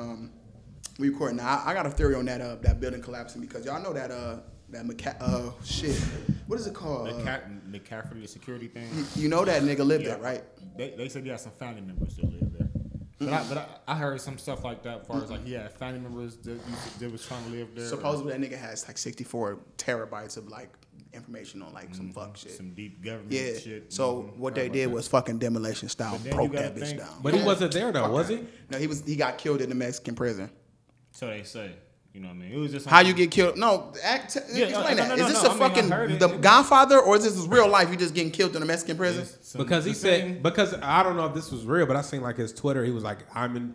um, I, I got a theory on that uh, that building collapsing because y'all know that uh that McCa- uh shit. What is it called? Uh, McCa- McCafferty, the security thing. you know that nigga lived there, Yeah. right? They, they said he had some family members that live there. But, I, but I, I heard some stuff like that as far as like he had family members that, used to- that was trying to live there. Supposedly that nigga has like 64 terabytes of like information on like some fuck shit. Mm-hmm. Some deep government yeah. shit. So Mhm. what Heard they about did that. was fucking demolition style But then broke you gotta that bitch think- down. But he wasn't there though, was he? no, he was he got killed in the Mexican prison. So they say. You know what I mean? It was just How you get killed? No, act, t- Yeah, uh, explain no, that. no, Is no, this no, a I mean, I fucking heard it. the Godfather or is this real life? You just getting killed in a Mexican prison? Some- Because he the said thing- because I don't know if this was real, but I seen like his Twitter. He was like, "I'm in,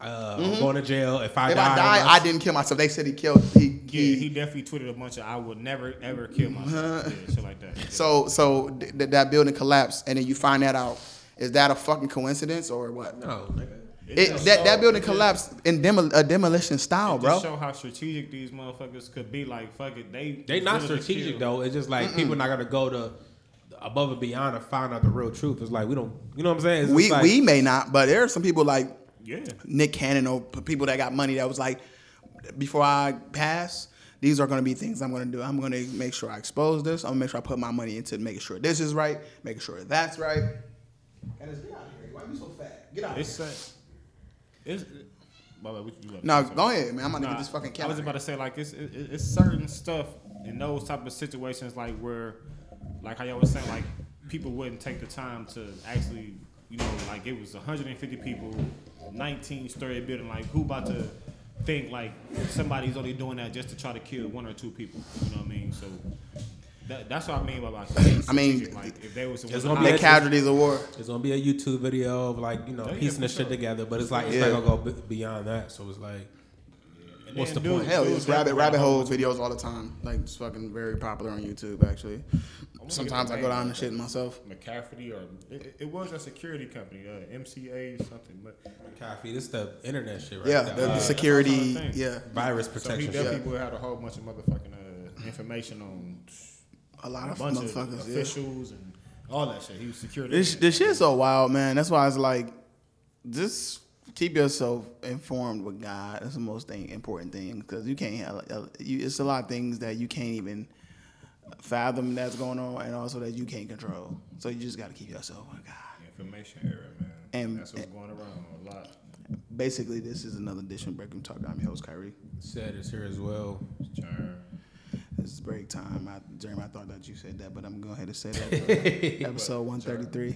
uh, I'm going to jail. If Mm-hmm. I If die, I die, I'm- I didn't kill myself. They said he killed. He, Yeah, he, Uh-huh. he definitely tweeted a bunch of "I would never ever kill myself," yeah, shit like that. Yeah. So so th- th- that building collapsed, and then you find that out. Is that a fucking coincidence or what? No, nigga. It, just that, that show- building it just- collapsed in demo, a demolition style, it bro. Just show how strategic these motherfuckers could be. Like fuck it, they They not willing to strategic kill. though. It's just like people not gonna go to above and beyond to find out the real truth. It's like we don't, you know what I'm saying? It's We just like, we may not, but there are some people like Yeah, Nick Cannon or p- people that got money that was like, before I pass, these are going to be things I'm going to do. I'm going to make sure I expose this. I'm going to make sure I put my money into making sure this is right, making sure that's right. And it's get out of here. Why you so fat? Get out. of it's here. like it's. My bad, what you love No, Sorry. go ahead, man. I'm about to Nah, get this fucking cat. I was out of about to say like it's it, it- it's certain stuff in those type of situations like where, like how y'all was saying like people wouldn't take the time to actually you know like it was 150 people, 19 story building like who about to think like somebody's only doing that just to try to kill one or two people you know what I mean so. That, that's what I mean by like. I mean, strategic, like if they was It's here. gonna The be casualties of war. It's gonna be a YouTube video of like you know Oh, yeah, piecing for this shit sure. together, but it's like it's Yeah. not gonna go b- beyond that. So it's like, what's the point? Hell, it's rabbit rabbit hole videos all the time. Like it's fucking very popular on YouTube actually. Sometimes I go down and shit myself. McCafferty or it, it was a security company, uh, MCA or something. But Coffee, this the internet shit, right? Yeah, now. the, the Uh, security. thing. Yeah, virus so he protection. shit. definitely would had a whole bunch of motherfucking uh, information on a lot a of bunch of motherfuckers. yeah. officials and all that shit. He was security. This this shit's so wild, man. That's why it's like, just keep yourself informed with God. That's the most thing important thing because you can't. uh, You, it's a lot of things that you can't even fathom that's going on, and also that you can't control. So you just got to keep yourself with God. information era, man. And- that's what's going around a lot. Basically, this is another edition of Breakroom Talk. I'm your host, Kyrie. Said is here as well. Churn. This is break time. I, Jeremy, I thought that you said that, but I'm going to go ahead and say that. Episode 133.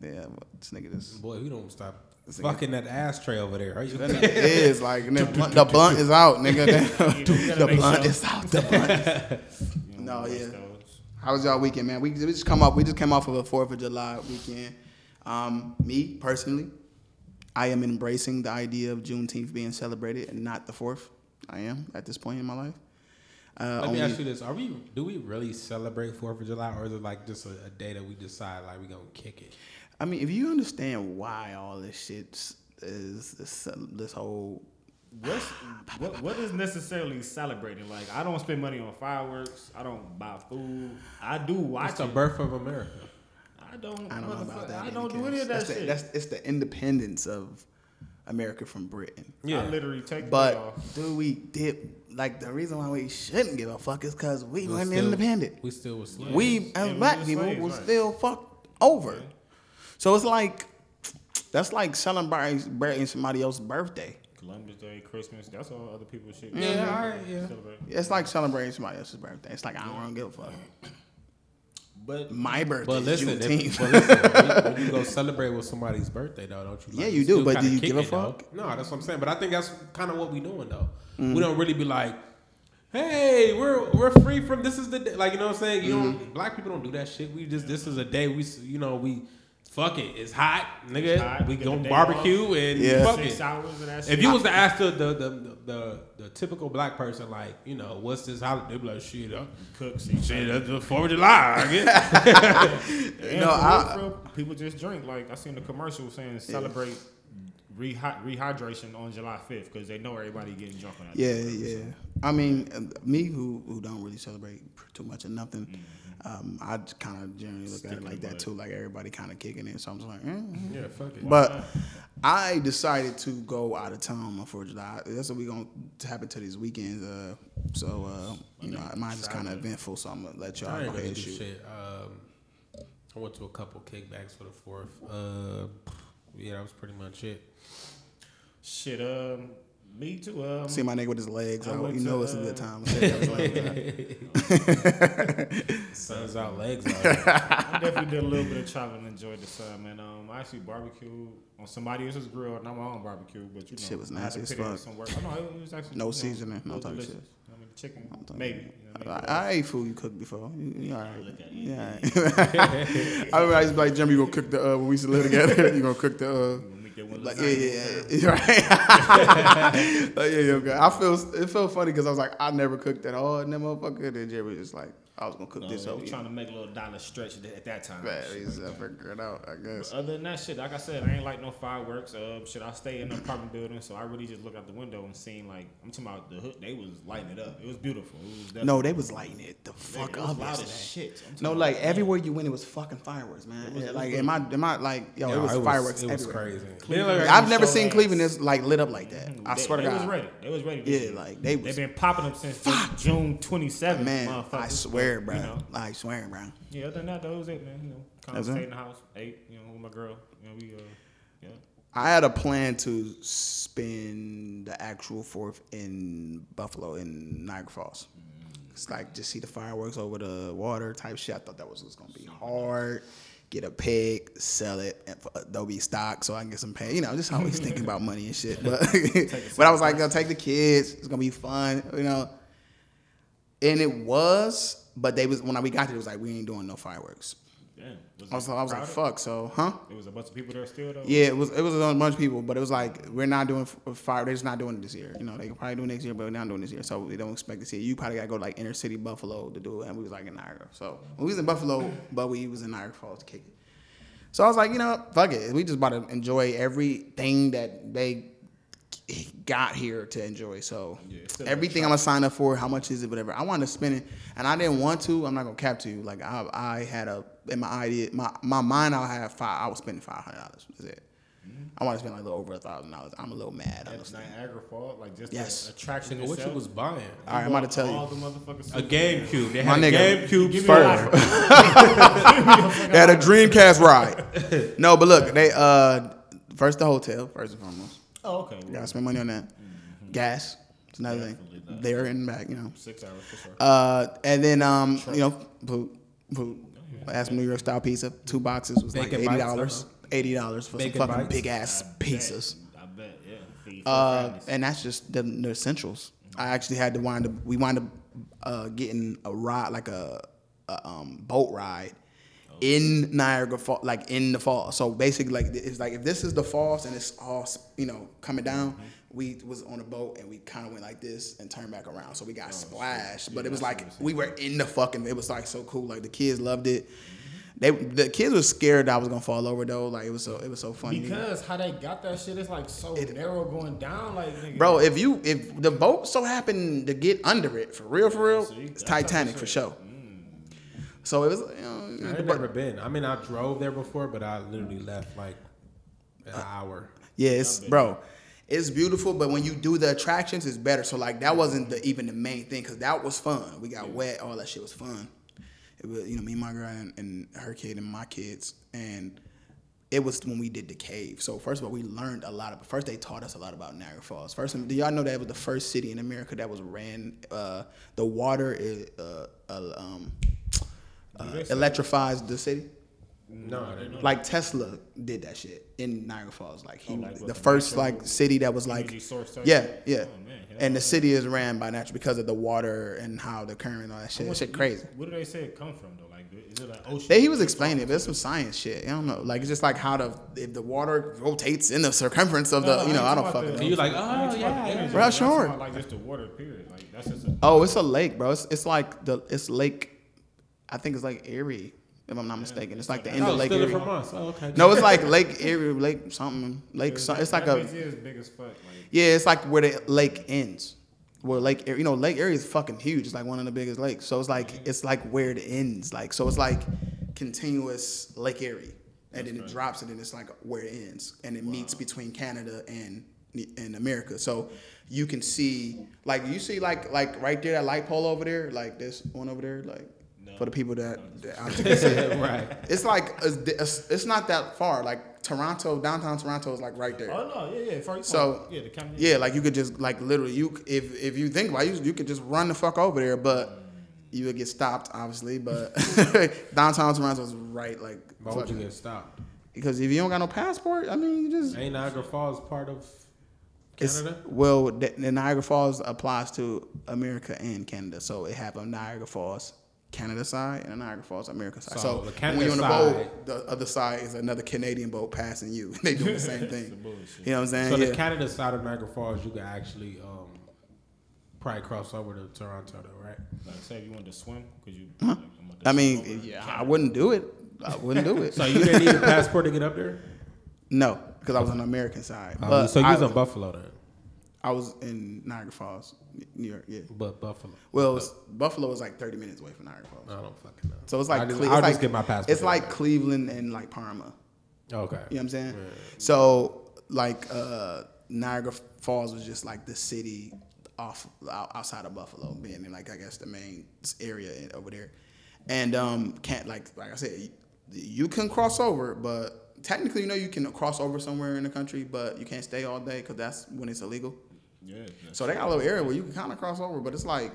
Yeah, well, this nigga just. Boy, we don't stop This nigga- fucking that ashtray over there, right? That nigga is like nigga, blunt- the blunt is out, nigga. the blunt is out. The blunt. is- You know, No, watch yeah. those. How was y'all weekend, man? We, we just come up. We just came off of a Fourth of July weekend. Um, me personally, I am embracing the idea of Juneteenth being celebrated and not the Fourth. I am at this point in my life. Uh, Let me only- ask you this: Are we do we really celebrate Fourth of July, or is it like just a, a day that we decide like we gonna kick it? I mean, if you understand why all this shit is this, this whole What's, what what is necessarily celebrating? Like I don't spend money on fireworks. I don't buy food. I do watch It's the it. birth of America. I don't. I don't know about motherfucker, that. I nigga, don't do Cass. any of that that's shit. The, that's it's the independence of America from Britain. Yeah. I literally take the day But off. do we dip? Like the reason why we shouldn't give a fuck is because we We weren't still- independent. We still was slaves. We Yeah, as we black was people slaves, were right. still fucked over. So it's like that's like celebrating celebrating somebody else's birthday. Columbus Day, Christmas. That's all other people's shit. Yeah, alright, yeah. Celebrate. It's like celebrating somebody else's birthday. It's like I don't give a fuck. But My birthday But listen, is Juneteenth. if, but listen when, you, when you go celebrate with somebody's birthday, though, don't you? Yeah, like, you do, still but do kinda you kick give a it, though? fuck? Mm. No, that's what I'm saying. But I think that's kind of what we doing though. We don't really be like, hey, we're we're free from this is the day. like you know what I'm saying. You Mm-hmm. don't black people don't do that shit. We just this is a day we s- you know we fuck it. It's hot, nigga. It's hot. We Get the gonna day barbecue and Yeah. fuck six it. hours of that shit. If you was to ask the the, the the the typical black person, like you know, what's this holiday? They'd be like, shit, uh, cook, see, shit, that's the Fourth of July, I guess. and No, for I- real, for real, people just drink. Like I seen the commercial saying celebrate rehy- rehydration on July fifth because they know everybody getting drunk on that. Yeah, day. yeah. I mean, uh, me who who don't really celebrate pr- too much of nothing. Um, I kind of generally look at it like that too. Like everybody kind of kicking it, so I'm just like, eh. Yeah, fuck it. But I decided to go out of town for July. That's what we gonna happen to these weekends. Uh, so uh, you know, mine's just kind of eventful. So I'm gonna let I y'all ain't go ahead gonna do and shoot. shit. Um, I went to a couple kickbacks for the fourth. Uh, yeah, that was pretty much it. Shit, um, me too. Um, See my nigga with his legs I out. went You know to, it's a uh, good time. I said that was last time. Sun's out, legs out. I definitely did a little bit of traveling and enjoyed the sun, man. Um, I actually barbecued on somebody else's grill, not my own barbecue, but you know, Shit was I had to nasty as put it in fuck. Some work. Oh, no, it was actually No you know, seasoning, no it was type of delicious. shit. I mean, the chicken, don't think- maybe. You know what I mean? I, I ate food you cooked before. You, you all right. Yeah. I remember I used to be like, Jimmy, you gonna cook the, uh, when we used to live together, you gonna cook the, uh, When we get one like, yeah, lasagna, yeah, yeah. You're right. like, yeah, yeah, okay. I feel, it felt funny because I was like, I never cooked at all in that motherfucker. Then Jimmy was just like, I was gonna cook No, this they over were you. trying to Uh, make a little dollar stretch at at that time. But he's uh, figuring it out, I guess. Other than that shit, like I said, I ain't like no fireworks. Uh, shit, I stay in an apartment building, so I really just look out the window and seen like I'm talking about the hood. They was lighting it up. It was beautiful. It was definitely, No, they was lighting it the man, fuck it was up loud as yesterday. shit. I'm talking No, about, like man, everywhere you went, it was fucking fireworks, man. Yeah, like, in my, in my, like, yo, it was fireworks It was everywhere. crazy. I've never So seen ass. Cleveland this like lit up like that. I they, swear to they was God, ready. They was ready. this Yeah, year. like, they was- They've been popping up since June 27th. man, motherfuckers. I swear, bro. You know, I swear, bro. yeah. Other than that, that was it, man. You know, kind of That's it? stayed in the house, ate, you know, with my girl. You know, we, uh, yeah. I had a plan to spend the actual fourth in Buffalo in Niagara Falls. It's like just see the fireworks over the water type shit. I thought that was, was gonna be hard. Get a pig, sell it and for Adobe stock so I can get some pay. You know, just always thinking about money and shit. But but I was like, I'll take the kids. It's gonna be fun. You know. And it was, but they was when we got there, it was like we ain't doing no fireworks. Damn. Was I was, I was like, crowded? fuck. So, huh? There was a bunch of people there still though. Yeah, it was it was a bunch of people, but it was like we're not doing f- fire. They're just not doing it this year. You know, they can probably do it next year, but we're not doing it this year. So we don't expect to see it. You probably gotta go to like inner city Buffalo to do it, and we was like in Niagara. So we was in Buffalo, but we was in Niagara Falls to kick it. So I was like, you know, fuck it. We just about to enjoy everything that they got here to enjoy. So Yeah, it's still everything I'm gonna sign up for, how much is it, whatever. I wanted to spend it, and I didn't want to. I'm not gonna cap to you. Like I, I had a in my idea, my my mind, I had five. I was spending five hundred dollars. That's it. Mm-hmm. I want to spend like a little over a thousand dollars. I'm a little mad. I'm At just- Niagara Falls, like just Yes. the attraction Nigga, what you itself. was buying? All right, I'm about to tell all you. the motherfuckers. A GameCube. They My had a nigga. GameCube Give me first. a life. They had a Dreamcast ride. no, but look, they uh first the hotel first and foremost. Oh, okay. Gotta spend money on that. Gas. It's another thing. Definitely not. There and back, you know. Six hours for sure. Uh, and then um, you know, food, food. I had some New York style pizza. Two boxes was Bacon like eighty bites, dollars. Eighty dollars for Bacon some fucking bites. big ass pizzas. I bet, yeah. Feed four Uh, families. and that's just the, the essentials. I actually had to wind up. We wind up uh, getting a ride, like a, a um, boat ride, in Niagara Falls, like in the fall. So basically, like it's like if this is the falls and it's all you know coming down. We was on a boat and we kind of went like this and turned back around. So we got splashed, but it was like we were in the fucking. It was like so cool. Like the kids loved it. They the kids were scared that I was gonna fall over though. Like it was so it was so funny. Because how they got that shit is like so narrow going down, like nigga. Bro, if you if the boat so happened to get under it for real, for real, See, it's that's how Titanic you for say it. Mm. sure. So it was, you know, I the ain't boat- never been. I mean, I drove there before, but I literally left like an hour. yeah, it's bro, it's beautiful. But when you do the attractions, it's better. So like that wasn't the, even the main thing because that was fun. We got wet, all that shit was fun. It was you know me, and my girl, and, and her kid, and my kids, and it was when we did the cave. So first of all, we learned a lot. Of, first, they taught us a lot about Niagara Falls. First, do y'all know that it was the first city in America that was ran? Uh, the water is, uh, uh, um, uh, electrifies the city. No, I didn't. Like Tesla did that shit in Niagara Falls. Like he, Oh, like with the the first natural like city that was like, energy source type yeah, shit? yeah. Oh, man, yeah, and the city is ran by natural because of the water and how the current and all that shit. What- shit crazy. What do they say it come from though? Like, is it an ocean? They, he was explaining it, but it's some science shit. I don't know. Like it's just like how the if the water rotates in the circumference of the No, no, you know ain't I don't talking about fucking the- know. And you like, I ain't oh talking about yeah, the energy, yeah. Bro, but I'm talking sure. about, Like just the water, period. Like that's just a. Oh, it's a lake, bro. It's, it's like the it's Lake. I think it's like Erie, if I'm not mistaken. It's like the end Oh, of Lake still Erie. from us. Oh, okay. No, it's like Lake Erie, Lake something, Lake. That- Some, it's that like a bitch is big as fuck. Like, yeah, it's like where the lake ends. where Lake, Erie- you know, Lake Erie is fucking huge. It's like one of the biggest lakes. So it's like it's like where it ends. Like so, it's like continuous Lake Erie, and then it drops, and then it's like where it ends, and it meets between Canada and and America. So you can see, like you see, like like right there, that light pole over there, like this one over there, like for the people that, that I can't see it. right. It's like a, it's it's not that far. Like Toronto, downtown Toronto is like right there. Oh no, yeah, yeah. First, So yeah, the county. yeah, like you could just like literally you c- if if you think about it, you you could just run the fuck over there, but you would get stopped obviously. But downtown Toronto is right like Why would you fucking- get stopped? because if you don't got no passport, I mean you just Ain't Niagara Falls part of it's, Canada? well the, the Niagara Falls applies to America and Canada, so it have a Niagara Falls. Canada side and a Niagara Falls America side. So, So, the when Canada you're on the side- boat, the other side is another Canadian boat passing you. they doing the same thing. you know what I'm saying? So yeah. the Canada side of Niagara Falls, you can actually um, probably cross over to Toronto, though, right? Like, say if you wanted to swim, could you? like, I'm about to I swim mean, over. yeah, I wouldn't do it. I wouldn't do it. So you didn't need a passport to get up there. No, because I was on the American side. Um, but so you I, was in Buffalo, then, I was in Niagara Falls, New York. Yeah. but Buffalo. Well, it's- Buffalo is like 30 minutes away from Niagara Falls. I don't fucking know. So it's like I just, Cle- I'll it's just like- get my passport. It's like Cleveland and like Parma. okay, You know what I'm saying? So like uh, Niagara Falls was just like the city off out- outside of Buffalo, being in, like I guess the main area in- over there, and um can't like like I said, you can cross over, but technically you know you can cross over somewhere in the country, but you can't stay all day because that's when it's illegal. yeah. that's- So they got a little area where you can kind of cross over, but it's like,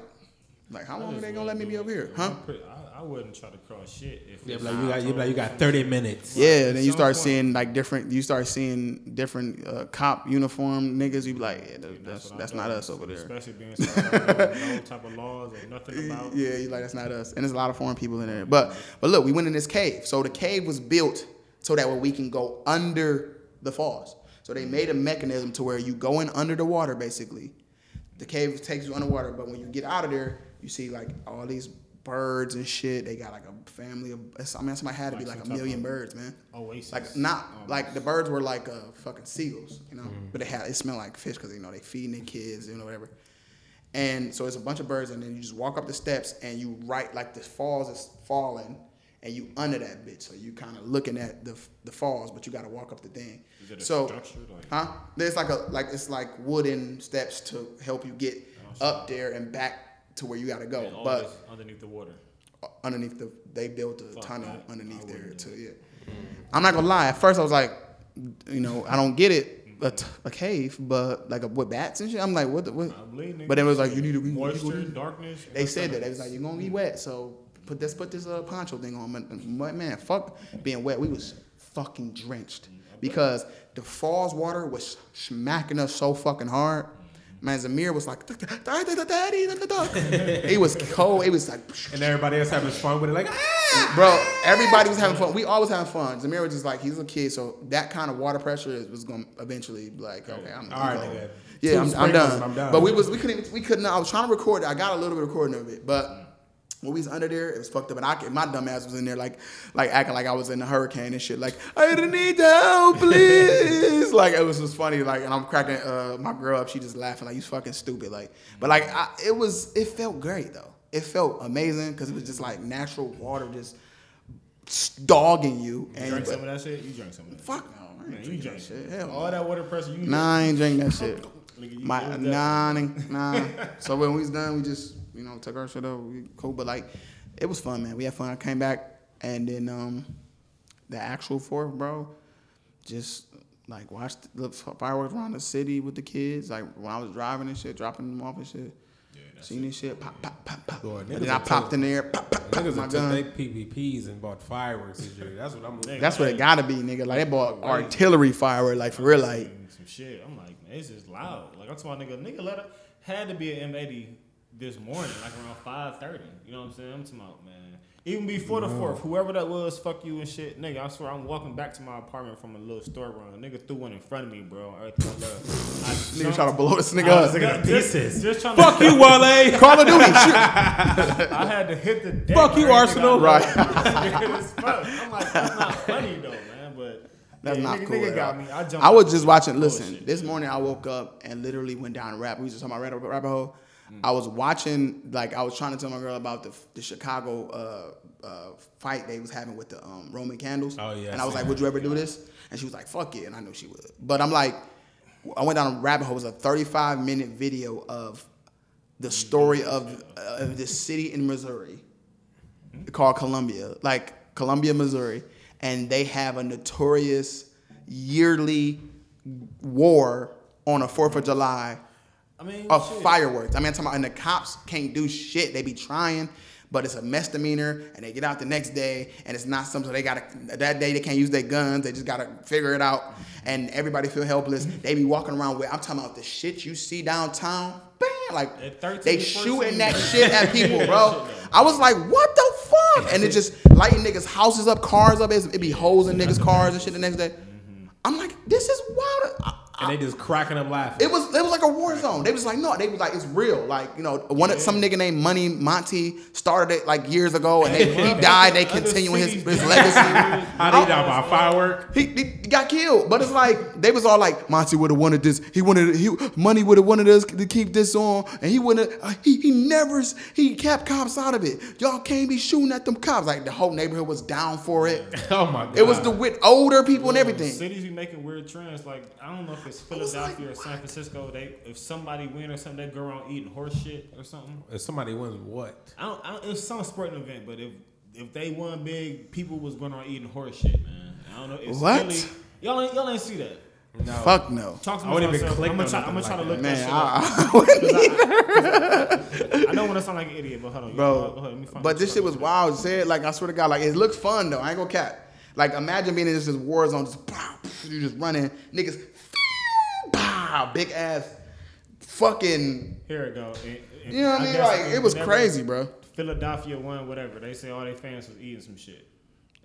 like how long are they gonna let me be over here, huh? I'm pretty- I, I wouldn't try to cross shit if Yeah, it's- but like you got, you, like you got thirty minutes. Yeah, then At you some start point- seeing like different. You start seeing different uh, cop uniform niggas. You be like, yeah, that- that's what I that's do. not us over there. Especially being somewhere I don't know no type of laws or nothing about. Yeah, you like that's not us, and there's a lot of foreign people in there. But but look, we went in this cave. So the cave was built so that way we can go under the falls. So they made a mechanism to where you go in under the water basically. The cave takes you underwater, but when you get out of there, you see like all these birds and shit. They got like a family of. I mean, somebody had to be Like like a some type million of- birds, man. Oasis. Like not Um, like the birds were like uh, fucking seagulls, you know. Mm. But they had it smelled like fish because you know they feeding their kids, you know whatever. And so it's a bunch of birds, and then you just walk up the steps and you right like the falls is falling, and you under that bitch. So you kind of looking at the the falls, but you got to walk up the thing. Is it a so, structure, like- huh? There's like a like it's like wooden steps to help you get up there and back to where you got to go. and Oh, all but this underneath the water. underneath the they built a tunnel that. underneath I there wouldn't too. Yeah, I'm not gonna lie. At first, I was like, you know, I don't get it, a, t- a cave, but like a, with bats and shit. I'm like, what? The, what? I believe. nigga. But then it was like, you need to. you- you- moisture, you- darkness. They said that they was like, you're gonna be wet, so put this put this uh, poncho thing on. Man, man, man, fuck being wet. We was fucking drenched Mm, because the falls water was smacking us so fucking Mm. hard. Man, Zamir was like, it was cold. It was like, And everybody else having fun with it, like ah. Bro, everybody was having fun. We always having fun. Zamir was just like he's a kid, so that kind of water pressure is, was going to eventually be like, okay, I'm All right, I'm nigga. Two Yeah, I'm, I'm, sprinkles done. and I'm done. But we was we couldn't we couldn't. I was trying to record. it. I got a little bit of recording of it, but when we was under there, it was fucked up. And I could- my dumb ass was in there like like acting like I was in a hurricane and shit. Like I didn't need the help, please. like it was just funny. Like and I'm cracking uh, my girl up. She just laughing like you fucking stupid. Like but like I, it was it felt great though. It felt amazing because it was just like natural water just dogging you. You And drank but- some of that shit. You drank some of that. shit. fuck no, I ain't Man, you drinking drank that shit. Hell all that water pressure. You Nah, I ain't drink that shit. Nigga, you know My that. nah, nigga, nah. so when we was done, we just you know took our shit up. We cool, but like it was fun, man. We had fun. I came back and then um the actual fourth, bro, just like watched the fireworks around the city with the kids. Like when I was driving and shit, dropping them off and shit. Seen this shit, pop, pop, pop, pop. Lord, and niggas then I are popped in there, pop, pop, pop, Niggas my have took gun. their PVPs and bought fireworks this year. That's what I'm. That's what it gotta be, nigga. Like they bought artillery fireworks, like for real, like and some shit. I'm like, man, it's just loud. Like I'm talking about nigga, nigga let her, had to be an M80 this morning, like around five thirty. You know what I'm saying? I'm talking about man. Even before the fourth, whoever that was, fuck you and shit, nigga. I swear, I'm walking back to my apartment from a little store run. Nigga threw one in front of me, bro. Everything I love. I nigga jumped- try to blow this nigga I up. was nigga, just- pieces. Just trying Fuck to, you, Uh, Wale. Call of Duty, shoot. I had to hit the deck. Fuck you, Everything I Arsenal. know. Right. As fuck. I'm like, that's not funny though, man. But That's yeah, not nigga, cool. Nigga at got all. me. I jumped. I was out. just watching. Listen, Bullshit. this morning I woke up and literally went down a rabbit. We was just talking about rabbit, rabbit hole. Mm. I was watching, like, I was trying to tell my girl about the the Chicago uh, uh, fight they was having with the um, Roman candles. Oh, yeah, and I I was seen like, that. "Would you ever do this?" And she was like, "Fuck it," and I knew she would. But I'm like, I went down a rabbit hole. It was a 35 minute video of the Mm-hmm. story of uh, of this city in Missouri called Columbia, like Columbia, Missouri, and they have a notorious yearly war on a Fourth of July I mean, of shit. fireworks. I mean, I'm talking about, and the cops can't do shit. They be trying, but it's a misdemeanor, and they get out the next day, and it's not something. So they gotta that day they can't use their guns. They just gotta figure it out, and everybody feel helpless. They be walking around with. I'm talking about the shit you see downtown. Bam, At like 13, they shooting 14. that shit at people, bro. Shit, I was like, what the fuck? And it just lighting niggas' houses up, cars up. It's- It be holes in niggas' cars and shit the next day. Mm-hmm. I'm like, this is wild. I- I- and they just cracking up laughing. it was it was like a war zone. They was like, no, they was like, it's real. Like you know, one some nigga named Money Monty started it like years ago, and they, he died. They Other continuing his cities his do legacy. Oh, that. How they die by firework? He, he got killed, but it's like they was all like Monty would have wanted this. He wanted he money would have wanted us to keep this on, and he wouldn't. Uh, he he never s- he kept cops out of it. Y'all can't be shooting at them cops. Like the whole neighborhood was down for it. Oh my god! It was the with older people and everything. Cities be making weird trends. Like I don't know if it's was like, Philadelphia or San Francisco. They if somebody win or something, they go around eating horse shit or something. If somebody wins, what? I don't. I don't it was some sporting event, but if if they won big, people was going around eating horse shit, man. I don't know. It's What? Philly. y'all ain't y'all ain't see that. No. Fuck no, Talk to I me. wouldn't even click I'm gonna try, on I'm nothing gonna try like to look that, man. shit up. I, I wouldn't 'Cause even. I, I don't want to sound like an idiot, but hold on, bro. Go ahead, let me find but the this shit truck. was wild. Said like I swear to God, like it looked fun though. I ain't gonna cap. Like imagine being in this, this war zone, just pow, pff, you just running, niggas, pow, big ass, fucking. Here it go. It- it- You know what I mean? guess Like it was never- crazy, bro. Philadelphia won whatever. They say all their fans was eating some shit.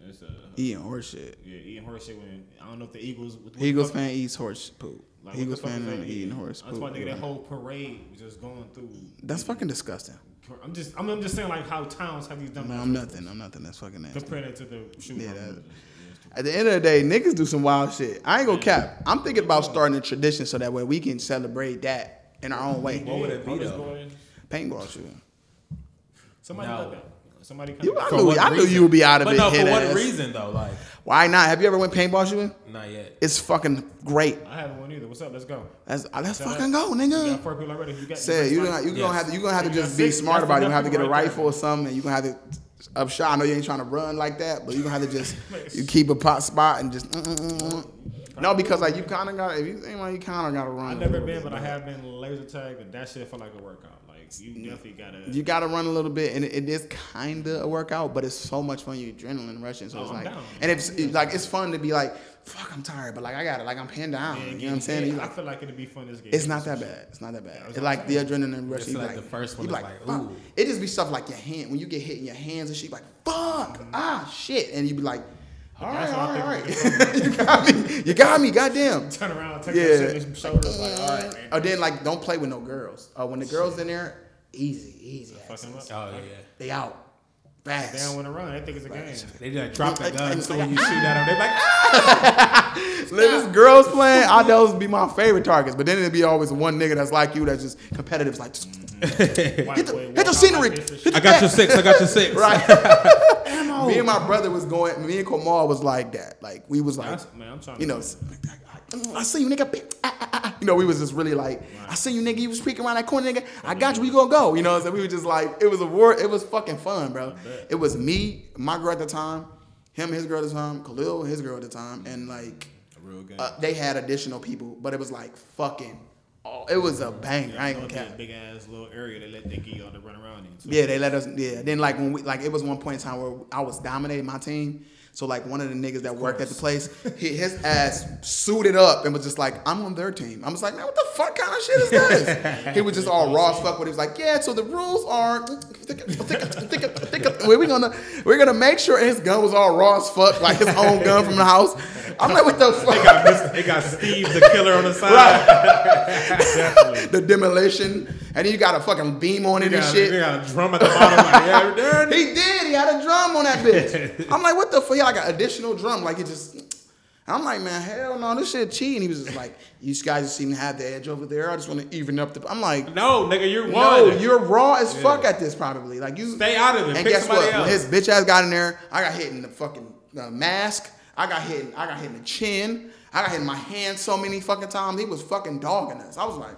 It's, uh, Eating horse shit. yeah, eating horse shit. When I don't know if the Eagles. What the Eagles fuck- fan eats horse poop. like, what the Eagles fuck fan is ain't that? eating horse I'm talking poop. about nigga, that whole parade was just going through. That's fucking disgusting. I'm just, I'm, I'm just saying like how towns have these dumb. No, I'm nothing. I'm nothing. That's fucking nasty. Comparing it to the shooting. Yeah, Yeah, that- At the end of the day, niggas do some wild shit. I ain't gonna cap. I'm thinking about starting a tradition so that way we can celebrate that in our own way. What would it be, I'm just though? going- Paintball shooting. Somebody No. like that. Somebody. kinda- You, I For knew, what I knew reason? you would be out of but it. no, for head what ass. reason though? Like, Why not? Have you ever went paintball shooting? not yet. It's fucking great. I haven't one either. What's up? Let's go. That's uh, let's Tell fucking us. go, You nigga. got four people already. You got. Say you gonna you Yes. gonna have to you gonna have to You got just be six. smart That's about it. You enough have to get a people right there. rifle or something, and you gonna have to up shot. I know you ain't trying to run like that, but you gonna have to just you keep a pot spot and just. mm, mm, mm, mm. No, because like you kind of got if you think like you kind of got to run. I've a never little been, bit, but I have been laser tagged, and that shit felt like a workout. Like you definitely gotta. You got to run a little bit, and it, it is kind of a workout, but it's so much fun. You adrenaline rushing, so Oh, it's I'm like, down. and it's it's like it's fun to be like, fuck, I'm tired, but like I got it, like I'm pinned down. Yeah, you know get what I'm saying? hit. You I like, feel like it'd be fun this game. it's not that bad. It's not that bad. it's It's not like the adrenaline rush. It's you be like the first one you be is like, fuck. ooh. It just be stuff like your hand when you get hit in your hands and shit. Like fuck, ah shit, and you be like, all right, That's all right, all what I right. you got me. You got me. Goddamn. Turn around, take Yeah. Uh, that shit in his shoulders. Like, all right, man. Or then like don't play with no girls. Uh, when the girls in there, easy, easy. Fuck him up. Oh yeah. They out fast. They don't want to run. They think it's a game. They just drop the Like, gun, like, so when you shoot at them, they like, ah! Let this girls playing, I those be my favorite targets. But then it'd be always one nigga that's like you that's just competitive. It's like White hit the, boy hit walk the out scenery. like this and hit I the got back. your six. I got your six. Right. me and my brother was going me and Kamal was like that. Like we was like, That's- man, I'm trying you to- know, s- I see you nigga. bitch. Ah, ah, ah, ah. You know, we was just really like, I see you nigga, you was peeking around that corner, nigga. I got you, we gonna go. You know, what I'm saying? we were just like, it was a war, it was fucking fun, bro. bet. It was me, my girl at the time, him, his girl at the time, Khalil, his girl at the time, and like A real game. uh, they had additional people, but it was like fucking. Oh, it was a banger. I ain't gonna Okay. cap. Big ass little area they let they get y'all to run around in. So Yeah, they let us. Yeah, then like when we like it was one point in time where I was dominating my team. So like one of the niggas that worked at the place, he, his ass suited up and was just like, "I'm on their team." I was like, "Man, what the fuck kind of shit is this?" he was just all raw as fuck, but he was like, "Yeah, so the rules are, we're gonna we're gonna make sure his gun was all raw as fuck, like his own gun from the house." I'm like, "What the fuck?" They got Steve the killer on the side. definitely. the demolition, and then you got a fucking beam on They it and got, shit. they got a drum at the bottom. Like, yeah, we're done. He did. He had a drum on that bitch. I'm like, what the fuck? Yeah, like an additional drum. Like it just. I'm like, man, hell no, this shit cheating. He was just like, you guys just seem to have the edge over there. I just want to even up the. I'm like, No, nigga, you're one. no, you're raw as fuck at this probably. Like you Stay out of it. And Pick guess somebody what? When his else. bitch ass got in there, I got hit in the fucking uh, mask. I got hit. I got hit in the chin. I got hit in my hand so many fucking times. He was fucking dogging us. I was like,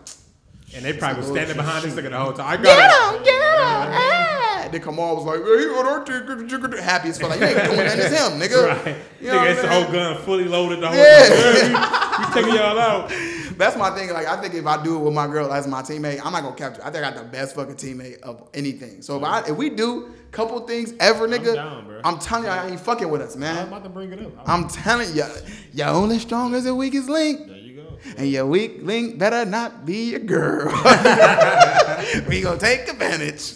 and they probably was standing behind this nigga the whole time. I get got him, get him. Ah. Then Kamal was like, hey, on our ticket, happy as fuck. Like, you ain't doing that. It's him, it. nigga. Right. You know what nigga, I it's the mean? whole gun fully loaded. The whole Yeah. time. We, we taking y'all out. That's my thing. Like, I think if I do it with my girl as my teammate, I'm not gonna capture. I think I got the best fucking teammate of anything. So if I if we do couple things ever, nigga, down, bro. I'm telling you, I ain't fucking with us, I'm man. about to bring it up. I'm telling you, you're only strong as your weakest link, there you go. and your weak link better not be your girl. we gonna take advantage.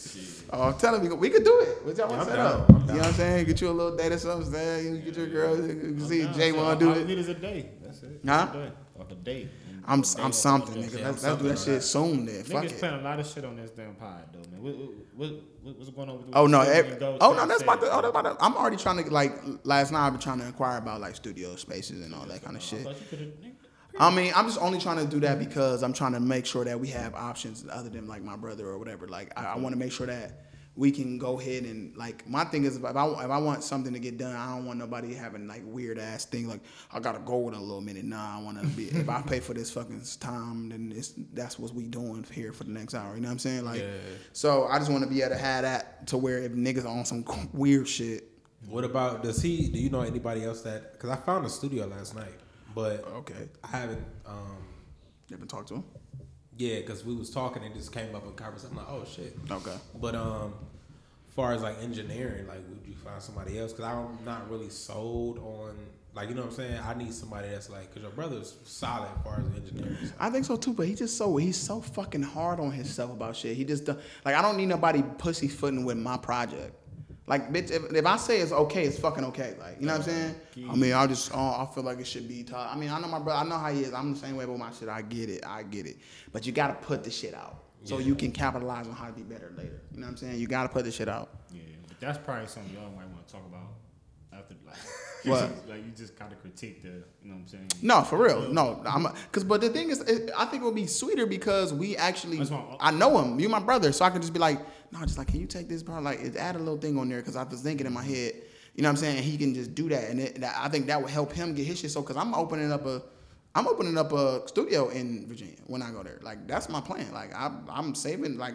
Oh, I'm telling you, we could do it. What y'all want to set down. up? You know what I'm saying? Get you a little date or something. say, You get your girl. You can see Nah, Jay so want all to do I it. need is a day. That's it. Huh? A day. Like a day. I'm A day I'm off. something, Okay. nigga. Let's, let's do that shit soon then. Fuck Niggas it. playing a lot of shit on this damn pod though, man. What, what, what, what's going on with? Oh no! with ev- Golden oh no! State That's about State? the. Oh, that's about the, I'm already trying to like last night. I've been trying to inquire about like studio spaces and all that kind of I shit. thought you could've- nigga, I mean, I'm just only trying to do that because I'm trying to make sure that we have options other than like my brother or whatever. Like I, I want to make sure that we can go ahead and like my thing is if I if I want something to get done, I don't want nobody having like weird ass thing like I gotta go in a little minute. Nah, I want to be. if I pay for this fucking time, then it's that's what we doing here for the next hour. You know what I'm saying? Like, Yeah. so I just want to be able to have that to where if niggas on some weird shit. What about does he? Do you know anybody else that? Because I found a studio last night, but Okay, I haven't. Um, you ever talk to him? yeah, because we was talking, it just came up in conversation. I'm like, oh shit. Okay. But um, far as like engineering, like would you find somebody else? Because I'm not really sold on like you know what I'm saying. I need somebody that's like because your brother's solid as far as engineering. is- I think so too, but he just so he's so fucking hard on himself about shit. He just don't- like I don't need nobody pussyfooting with my project. Like bitch, if, if I say it's okay, it's fucking okay. Like you know what I'm saying? I mean, I just uh, I feel like it should be taught. I mean, I know my brother. I know how he is. I'm the same way with my shit. I get it. I get it. But you gotta put the shit out so you can capitalize on how to be better later. You know what I'm saying? You gotta put the shit out. Yeah, but that's probably something y'all might want to talk about after like What? like you just kind of critique the you know what I'm saying. No, for real. No, I'm a, cause but the thing is, it, I think it would be sweeter because we actually, That's why- I know him. You my brother, so I can just be like, no, just like, can you take this part? Like, it, add a little thing on there because I was thinking in my head. You know what I'm saying? He can just do that, and it, that, I think that would help him get his shit. So, cause I'm opening up a, I'm opening up a studio in Virginia when I go there. Like that's my plan. Like I, I'm saving like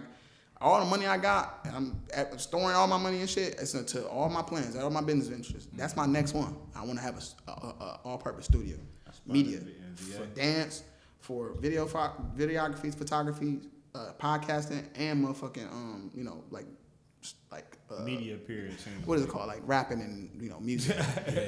all the money I got. and I'm at, storing all my money and shit. It's to all my plans, all my business ventures. That's my next one. I want to have a s- a, a- a all-purpose studio, media Yeah. for dance, for video, pho- videography, photography, uh, podcasting, and motherfucking um, you know, like s- like uh, Media period. change. what is it called? Like rapping and you know music.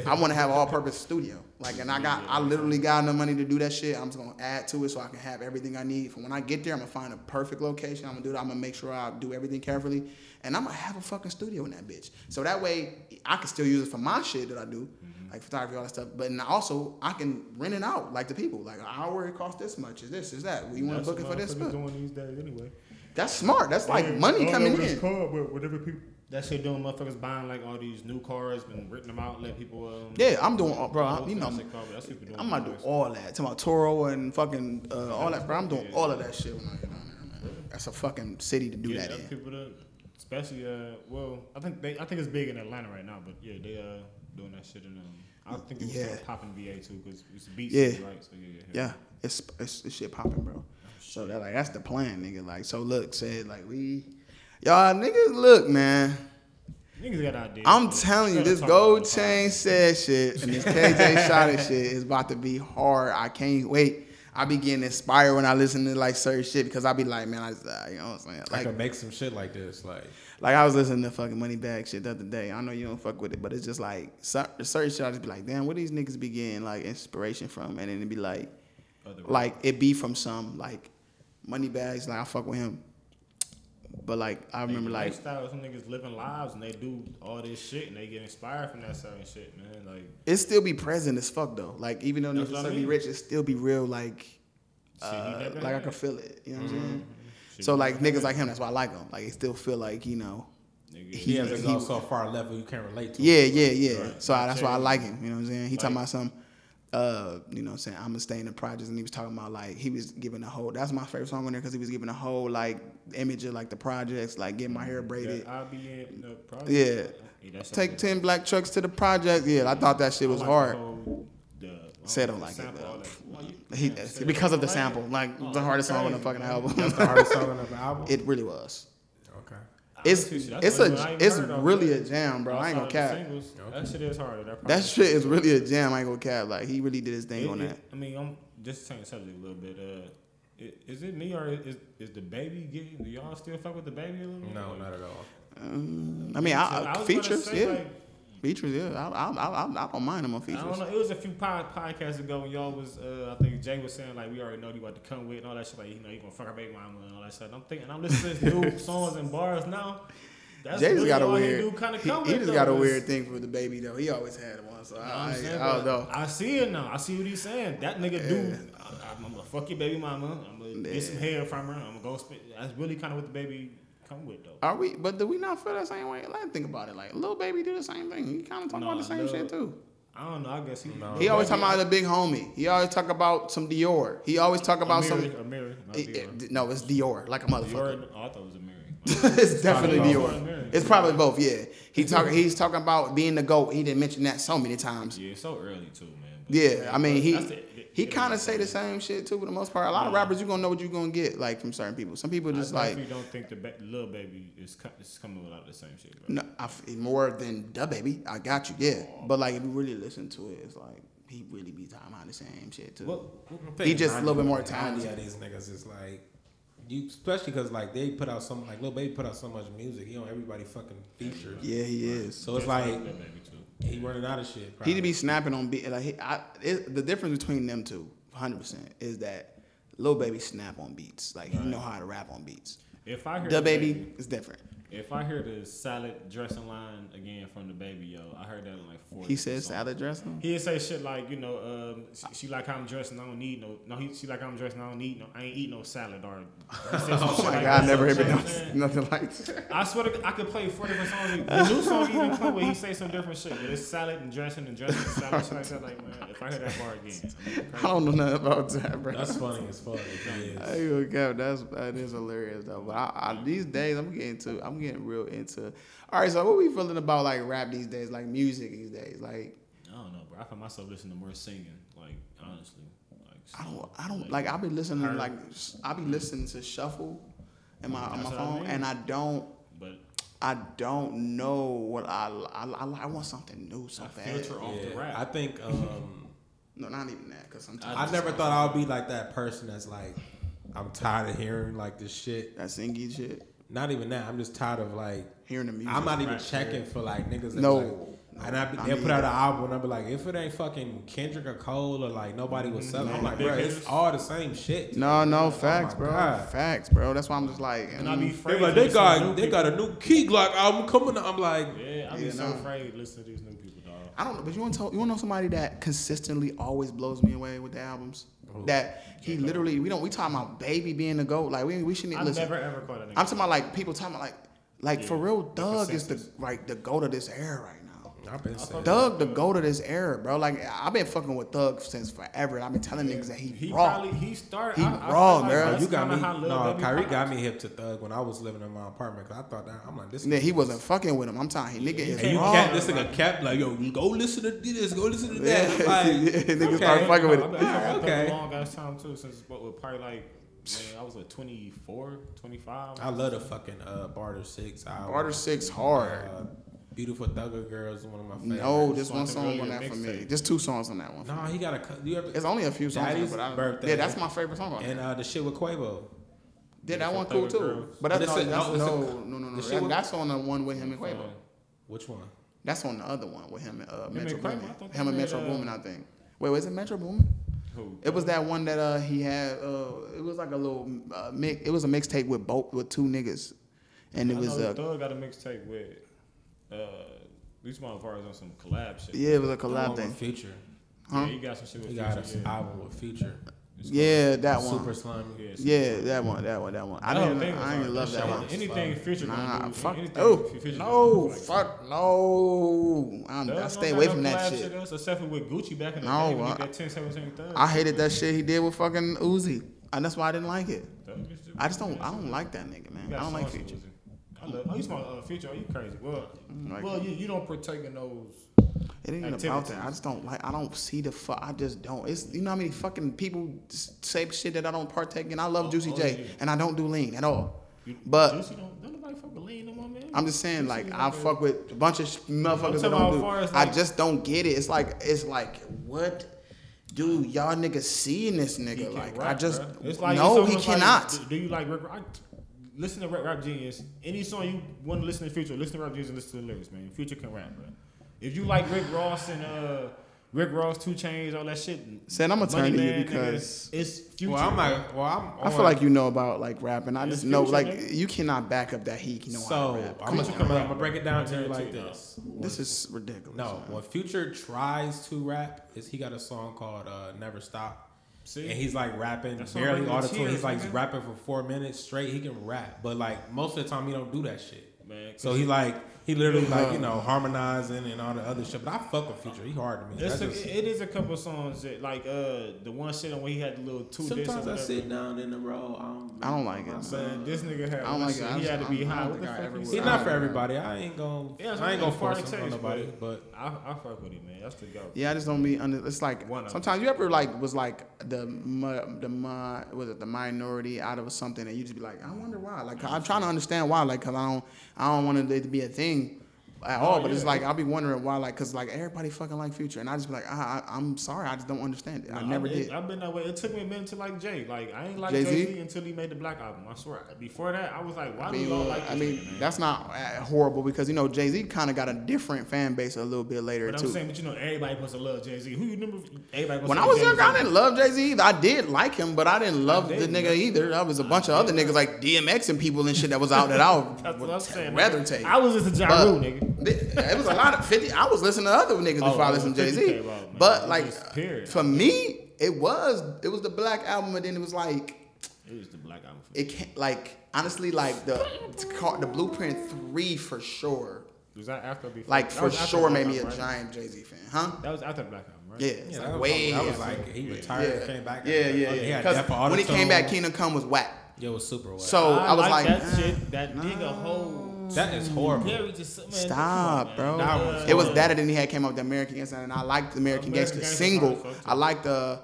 I want to have all purpose studio. Like, and I got I literally got enough money to do that shit. I'm just gonna add to it so I can have everything I need. For when I get there, I'm gonna find a perfect location. I'm gonna do that. I'm gonna make sure I do everything carefully, and I'm gonna have a fucking studio in that bitch. So that way I can still use it for my shit that I do, Mm-hmm. like photography, all that stuff. But and also I can rent it out like to people. Like an hour it costs this much. Is this? Is that? Well, you want to That's book it for what this? But motherfuckers doing these days anyway. that's smart. That's like Yeah, I money don't know coming what it's in. called, but whatever people that shit doing, motherfuckers buying like all these new cars and renting them out, let people. Um, Yeah, I'm doing, all- bro. I- both You know, that shit called, but that's what people doing I'm gonna do nowadays. all that. Talking about Toro and fucking uh, all that, bro. I'm doing all of that shit when I get down there, man. That's a fucking city to do Yeah, that other in. people to, especially uh, well, I think they, I think it's big in Atlanta right now, but yeah, they uh doing that shit in um, I think it was Yeah. popping VA too because it's beats, Yeah. right? So yeah, Yeah, it's it's, it's shit popping, bro. So that like that's the plan, nigga. Like so, look, said like we, y'all niggas, look, man. Niggas got ideas. I'm but telling you, gotta this talk about gold it. chain said shit and this KJ Shotty shit is about to be hard. I can't wait. I be getting inspired when I listen to like certain shit because I be like, man, I, just, uh, you know what I'm saying? I Like, can make some shit like this. Like Like I was listening to fucking Money Bag shit the other day. I know you don't fuck with it, but it's just like cer- certain shit. I just be like, damn, where these niggas be getting like inspiration from? And then it'd be like, Other way. like it be from some like Money Bags. Like I fuck with him, but like I remember like lifestyle, some niggas living lives and they do all this shit and they get inspired from that certain shit, man. Like it still be present as fuck though. Like even though That's niggas what I still be mean. rich, it still be real. Like shit, he uh, living like I life. can feel it. You know Mm-hmm. what I'm saying? Shit, So he like living niggas like him, that's why I like him. Like he still feel like you know. Nigga, he, has he- to go so far level you can't relate to. Yeah, yeah, yeah. Right. So I, that's why I Right. like him. You know what I'm saying? He talking Like- about some uh, you know, what I'm saying I'm gonna stay in the projects, and he was talking about like he was giving a whole. That's my favorite song on there because he was giving a whole like image of like the projects, like getting my Mm, hair braided. I'll be in the project. Yeah. that's Take something. ten black trucks to the project. Yeah, I thought that shit was I like the hard. whole- The, Said don't like it, sample, though. all that. Well, you- He, yeah, said because don't of the like sample, it. like Oh, the hardest song on the crazy, fucking man. album. the hardest song on the album. it really was. okay. I It's honestly, that's it's the only one I a even it's heard off really that. a jam, bro. I ain't gonna Outside of the cap. singles, That shit is hard. That, That project. shit is really a jam. I ain't gonna cap. Like he really did his thing It- on it- that. I mean, I'm just changing the subject a little bit. Uh, i- is it me or is is the baby getting? Do y'all still fuck with the baby a little? bit? No, not at all. Um, I mean, So I, was I, gonna features, say, yeah, like, features, yeah. I, I, I, I- I don't mind him on I don't features. know. It was a few pod, podcasts ago when y'all was. Uh, I think Jay was saying like we already know what you about to come with and all that shit. Like you know you gonna fuck our baby mama and all that stuff. I'm thinking I'm listening to new songs and bars now. That's Jay just got a all he weird. do kinda He, come he with, just though, got a is- weird thing for the baby though. He always had one, so know what I, I'm saying? I, I don't But know. I see it now. I see what he's saying. That nigga do. I, I'm gonna fuck your baby mama. I'm gonna Yeah. get some hair from her. I'm gonna go. Spend. That's really kind of what the baby come with though. Are we? But do we not feel that same way? Like think about it. Like little baby do the same thing. He kind of talk about Nah, the same Lil- shit too. I don't know. I guess he. No. He always talk Maybe about the big homie. He always talk about some Dior. He always talk about some. Amiri- Amiri, not it- Dior. it- no, it's Dior, like a motherfucker. Dior. Oh, I thought it was Amiri. it's definitely probably both. Dior. It's probably both. Yeah, he talk, He's talking about being the goat. He didn't mention that so many times. Yeah, it's so early too, man. But- Yeah, I mean he That's the- he kind of say the same shit too for the most part. A lot of rappers you gonna know what you gonna get like from certain people. Some people I just like definitely don't think the ba- little baby is, co- is coming with all the same shit, bro. no, I f more than the baby. I got you, yeah. But like if you really listen to it, it's like he really be talking about the same shit too. He just a little bit more talented. Yeah, these niggas is like, you especially because like they put out some like Lil Baby put out so much music. He on everybody fucking features. yeah, he is. So it's like Lil baby too. he running out of shit. Probably. He would be snapping on beat. Like he, I, it, the difference between them two, hundred percent, is that Lil Baby snap on beats. Like he know how to rap on beats. If I hear The baby is different. if I hear the salad dressing line again from the baby, yo, I heard that in like four. He different said songs. salad dressing. He'd say shit like, you know, um, she, she like how I'm dressed and I don't need no. No, he, she like how I'm dressed and I don't need no. I ain't eat no salad or. Oh my god, I never heard nothing, nothing like that. I swear to God, I could play four different songs. The new song he even play where he say some different shit, but it's salad and dressing and dressing and salad shit like that. Like man, if I hear that bar again, I don't know nothing about that, bro. That's funny as fuck. It is. Hey, yo, Kev, that's that is hilarious though. But I, I, these days, I'm getting to, I'm getting real into. All right, so what we feeling about like rap these days, like music these days? Like I don't know, bro. I find myself listening to more singing. Like honestly, like I don't, I don't like. I be listening to like, s- I be listening to shuffle in my on my Mm-hmm. That's what I phone, mean. and I don't, but I don't know what I, I, I, I want something new so I bad. filter off the Yeah, I rap. think um, No, not even that, cause sometimes I never thought I'll be like that person that's like, I'm tired of hearing like this shit. that singing shit, Not even that. I'm just tired of like hearing the music. I'm not even Right, checking for like niggas. That No. Like, and I, No, I they'll mean put out that. an album, and I'll be like, if it ain't fucking Kendrick or Cole or like nobody was selling, I'm like, bro, it's all the same shit. Oh no, no facts, my bro. God. Facts, bro. That's why I'm just like. Oh And I be mm. afraid. They like, to they listen to got new they got a new Key Glock album coming. out. I'm like, people. Yeah, I be Yeah, so nah. afraid to listen to these new people, dog. I don't know, but you want to you want to know somebody that consistently always blows me away with the albums. That he literally, we don't we talking about baby being the goat. Like we we shouldn't I listen. never ever caught a nigga. I'm talking about like people talking about like like for Yeah, real, the Doug is the consensus. like the goat of this era right now. I've been saying, Doug, the goat of this era, bro. Like I've been fucking with Thug since forever, and I've been telling niggas that he, he raw. probably he started. He I, I feel raw, like bro. "Bro, that's Oh, you got kinda me. how Lil No, Baby Kyrie popped. got me hip to Thug when I was living in my apartment because I thought that I'm like this. and then nigga- he wasn't fucking with him. I'm telling you, nigga you is and you raw. kept this nigga kept like, yo, go listen to this, go listen to that. Yeah, I'm like, yeah, niggas okay. start fucking with it. I've been Yeah, fucking okay. a long ass time too since what was probably like man, I was like 24, 25. I love the fucking uh, Barter Six album. Barter Six hard. Uh, Beautiful Thugger Girl is one of my favorites. No, just Fucking one song on earlier that for me. mixtape. Just two songs on that one. No, he got a. cu- You ever, It's only a few songs. on it, Daddy's but I, birthday. Yeah, that's my favorite song. On it. and uh, the shit with Quavo. Yeah, that Yeah, one for cool Thugger too. Girls. But But that's, it's a- no, that's, no, it's a- no, no, no, no. the shit That, with- that's on the one with him and Quavo. Which one? That's on the other one with him and uh, and Metro Quavo? I Boomin. thought they Him and made, Metro uh, Boomin, I think. Wait, was it Metro Boomin? Who? It was that one that uh he had. Uh, it was like a little uh, mix. It was a mixtape with both with two niggas, and it I was know uh Thug got a mixtape with uh these motherfuckers on some collab shit. yeah, it was a The one collab with thing. Future. Huh? Yeah, he got some shit with He got Future. an yeah. album with Future. Yeah, that one. Super slimy. Yeah, so- yeah, that one, that one, that one. I, I didn't, don't think it was I didn't like love that that shit. one. Anything Future gonna Nah, do, fuck anything no, Future gonna no, do, like- fuck no. I'm, I stay away from that shit. Else, except for with Gucci back in the No, day, when he I- that 10, 17, 30. I hated that shit he did with fucking Uzi, and that's why I didn't like it. That was just- I just don't, I don't like that nigga, You man. got I don't like songs Future. Mm-hmm. with it. I love. Oh, you smell uh, Future? Are you crazy? Well, like well, you, you don't partake in those. It ain't even about activities. that. I just don't like. I don't see the fuck. I just don't. It's you know how many fucking people s- say shit that I don't partake in. I love Oh, Juicy oh, J, yeah. and I don't do lean at all. You, But- Juicy don't, don't nobody fuck with lean no more, man. I'm just saying, Juicy like don't I do- fuck with a bunch of sh- motherfuckers that talking about don't do. far as, I like- just don't get it. It's like it's like what. Do y'all niggas see in this nigga? He can like I rap, just bruh. It's like no, it's he almost like, cannot. do, do you like Rick? I, listen to Rap, rap Genius. Any song you want to listen to Future, listen to Rap Genius and listen to the lyrics, man. Future can rap, bro. If you like Rick Ross and uh, Rick Ross, Two Chains, all that shit. Said, I'ma Money turn to you Man, nigga, because- it's Future. Well, I'm like, well, I'm. I feel on- like you know about like rapping. I It's just know Future, like nigga. you cannot back up that he can know how to So rap. I'm Come gonna, on, I'm man. gonna break it down to you like Guaranteed. this. this is ridiculous. No, man. when Future tries to rap, is he got a song called uh, "Never Stop," See? and he's like rapping That song barely bring me auto tune. tears, He's like nigga. rapping for four minutes straight. He can rap, but like most of the time, he don't do that shit. Man, 'cause So he like he literally like you know harmonizing and all the other shit. But I fuck with Future. He hard to me. It's That's a, just- it is a couple songs that like uh the one shit on where he had the little two discs or sometimes I whatever. sit down in the row. I don't, I don't like it. But this nigga had don't one like shit, it. I he just- had to be I don't high. think What the I fuck ever he would. He's said? not for everybody. I ain't gonna Yeah, that's I ain't what gonna I'm saying. force Foreign him on taste, nobody. But I, I fuck with him, man. That's the go. Yeah, I just don't be under. It's like One of 'em. sometimes you ever like was like the mi- the mi- was it the minority out of something, and you just be like, I wonder why. Like I'm trying to understand why. Like, cause I don't I don't want it to be a thing at all. but it's Oh, yeah. like I'll be wondering why. Like, cause like everybody fucking like Future, and I just be like, I, I I'm sorry, I just don't understand it. I Nah, never been- did. I've been that way. It took me a minute to like Jay. Like I ain't like Jay Jay-Z? Z until he made the Black album. I swear. Before that, I was like, why I do you all mean, like? I this mean nigga, man? that's not uh, horrible because you know Jay Z kind of got a different fan base a little bit later But I'm too. saying, but you know, everybody supposed to love Jay Z. Who you remember? Everybody. When supposed to I was love younger, I Jay-Z. didn't love Jay Z either. I did like him, but I didn't love the didn't, nigga man. either. I was a bunch of other niggas like DMX and people and shit that was out that I That's would what I'm saying. rather nigga. take. I was just a Ja But- Rule, nigga. Th- It was a lot of fifty. I was listening to other niggas Oh, before I well, listened to Jay 50 Z. came out, man. But It like was period. for me, it was it was the Black album, and then it was like It was the Black album. For me. it can't like honestly like the it's called the Blueprint three for sure. Was that after or before? Like That for was after sure made Black me a Album, right? giant Jay Z fan, huh? That was after the Black album, right? Yeah, it's yeah, like that was, way. that was after. like he retired, yeah. came back. Yeah, yeah, He yeah. had Because that for when he came autotune. back, Kingdom Come was whack. Yeah, it was super whack. So I, was like, that "Uh, shit. That nigga whole. that is horrible. Perry just man, Stop, come bro. on, man. That was it was horrible. that, and then he had came out with the American Gangster, and I liked the American, American Gangster Gangster single. probably fucked I liked the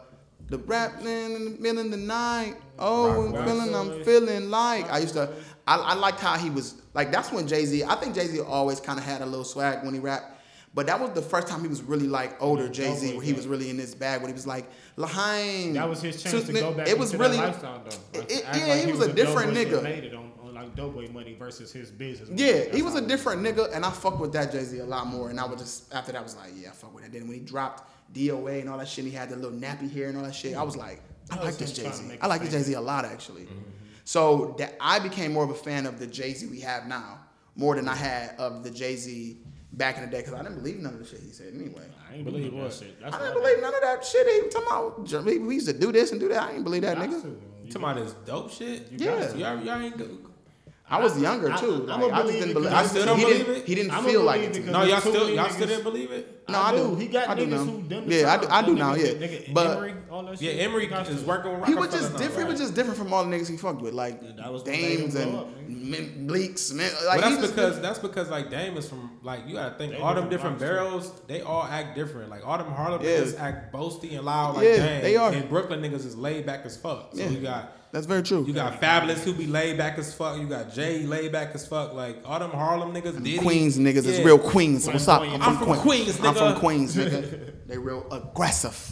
the rap man in the middle of the night. Oh, I'm Rock, rock. feeling, I'm feeling like I used to. I, I liked how he was like. That's when Jay Z. I think Jay Z always kind of had a little swag when he rapped. But that was the first time he was really like older Jay Z, where he was really in his bag, when he was like, Lahaim. That was his chance to go back It was into really, that lifestyle, though. it- it- act yeah, he was a different Doughboy that nigga. Made it on, on like Doughboy money versus his business. money. Yeah, That's he was how a it different nigga, and I fuck with that Jay Z a lot more. And I was just after that, I was like, yeah, I fuck with it. Then when he dropped DOA and all that shit, and he had the little nappy hair and all that shit. I was like, I Oh, like so this he's Jay trying to Z. make I a like this Jay Z a lot actually. So that I became more of a fan of the Jay Z we have now, more than I had of the Jay Z back in the day, because I didn't believe none of the shit he said anyway. I ain't believe that shit. That's I didn't what believe none of that shit he was talking about. We used to do this and do that. I didn't believe that Got nigga. to. You talking about this dope shit? You got Yeah. to. Y'all, y'all ain't go- I was younger I- I- too. Like, I'ma I just believe didn't it believe. 'cause I I still still he don't didn't, believe it. He didn't I'ma feel like believe it. it to me. 'cause No, y'all Too still many y'all niggas- still didn't believe it? No, I, do. He got I do niggas know. who done the Yeah, I time. do, I do That now. nigga- Yeah, nigga but Emery, all that Yeah, shit. Emery He got is to- working with he was Rockefeller just now, different. He was right? just different from all the niggas he fucked with, like Yeah, that was what made him Dames blow and up, nigga. Min- Bleaks. Man, like But he that's just- because that's because like Dame is from like you gotta think They all them different different vibes, barrels they all act different like all them Harlem Yeah. niggas act boasty and loud like Yeah, Dame they are. and Brooklyn niggas is laid back as fuck so Yeah. you got that's very true. you got Fabulous who be laid back as fuck you got Jay laid back as fuck like all them Harlem niggas Diddy. Queens niggas is Yeah. real Queens. What's up? I'm from Queens, I'm from nigga. Queens, nigga. they real aggressive.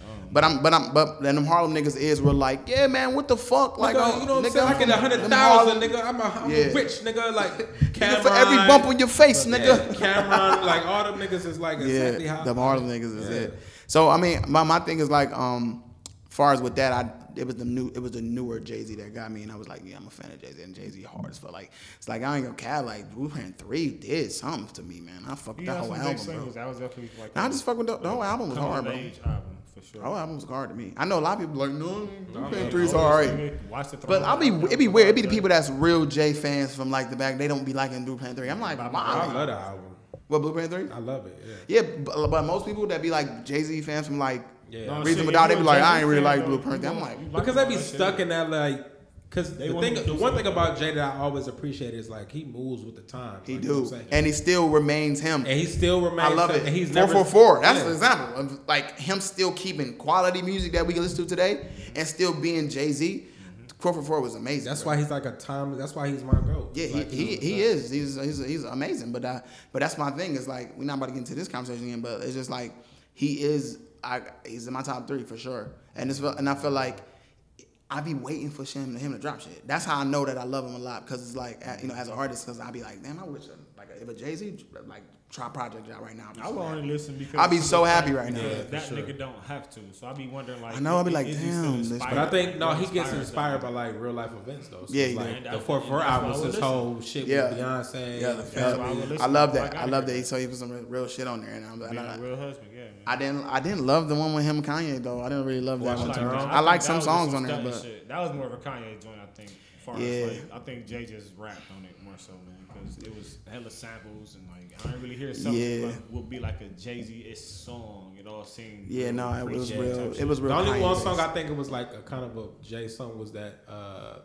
Um. But I'm, but I'm, but then them Harlem niggas is real like, yeah, man, what the fuck, like, Nigga, oh, you know what I'm nigga, saying? I get a from hundred them thousand, Harlem- nigga. I'm a, I'm Yeah. a rich nigga. Like nigga, Cameron, for every bump on your face, nigga. Yeah, Cameron, like all them niggas is like exactly yeah, how the Marlon niggas is Yeah. it. So I mean, my, my thing is like, um, far as with that, I it was the new it was the newer Jay Z that got me, and I was like, yeah, I'm a fan of Jay Z, and Jay Z hard as fuck. Like it's like I ain't gonna care. Like Blueprint Three did something to me, man. I fucked with He that got whole some big album, bro. singles. That was definitely like. And I just fucked with the, the whole album was Coming hard, of bro. age album. for sure. Oh, album's hard to me. I know a lot of people like, no, I Big mean, Bang Three's all all this right. nigga oh, Watch the throne. But I'll be it'd be weird. It'd be the people that's real J fans from like the back. They don't be liking Blueprint Three. I'm like, I why? love the album. What Blueprint Three? I love it. Yeah. Yeah, but, but most people that be like Jay Z fans from like Yeah. No, Reason shit, Without, if they you be a like, Jay-Z I ain't really fan, like though, Blueprint. you I'm want- like- you like Because I be that shit. stuck in that like, because the wanna thing, keep the one thing something. about Jay that I always appreciate is like he moves with the times. he like, you know do, what I'm saying? and he still remains him. and he still remains. I love it. And he's four never four four. That's Yeah. an example of like him still keeping quality music that we can listen to today, and still being Jay Z. Four four four was amazing. That's bro. why he's like a time. That's why he's my goat. Yeah, Like, he, he, you know, he is. He's, he's he's amazing. But uh, but that's my thing. Is like we're not about to get into this conversation again. But it's just like he is. I he's in my top three for sure. And it's and I feel like I be waiting for him him to drop shit. That's how I know that I love him a lot because it's like uh, you know as an artist because I be like damn I wish uh, like if a Jay Z like try project out right now. I will only listen because I'd be so happy right now. Yeah, Yeah, for that sure. nigga don't have to, so I be wondering like I know, I be is- like, is he still damn, this- inspired? But I think no, he gets Inspired inspired by- by like real life events though. So Yeah, it's he like do. the four four And that's why I albums, would his whole shit with Yeah. Beyonce. yeah, the that's why I would film. I listen love to that. Black I love Eyed. that he so he put some real- real shit on there, and I'm, and Being I, a real husband, yeah. Man. I didn't I didn't love the one with him and Kanye though. I didn't really love that Watch one. the too Throne. much. think I like that some was songs just on there, study but shit. that was more of a Kanye joint, I think. Far Yeah. as like, I think Jay just rapped on it more so, man, because it was hella samples and like I didn't really hear something Yeah. like, would be like a Jay Z ish song. It all seemed yeah, real no, it was pre-Jay real. type It shit. was real. The only Kanye one based. song I think it was like a kind of a Jay song was that uh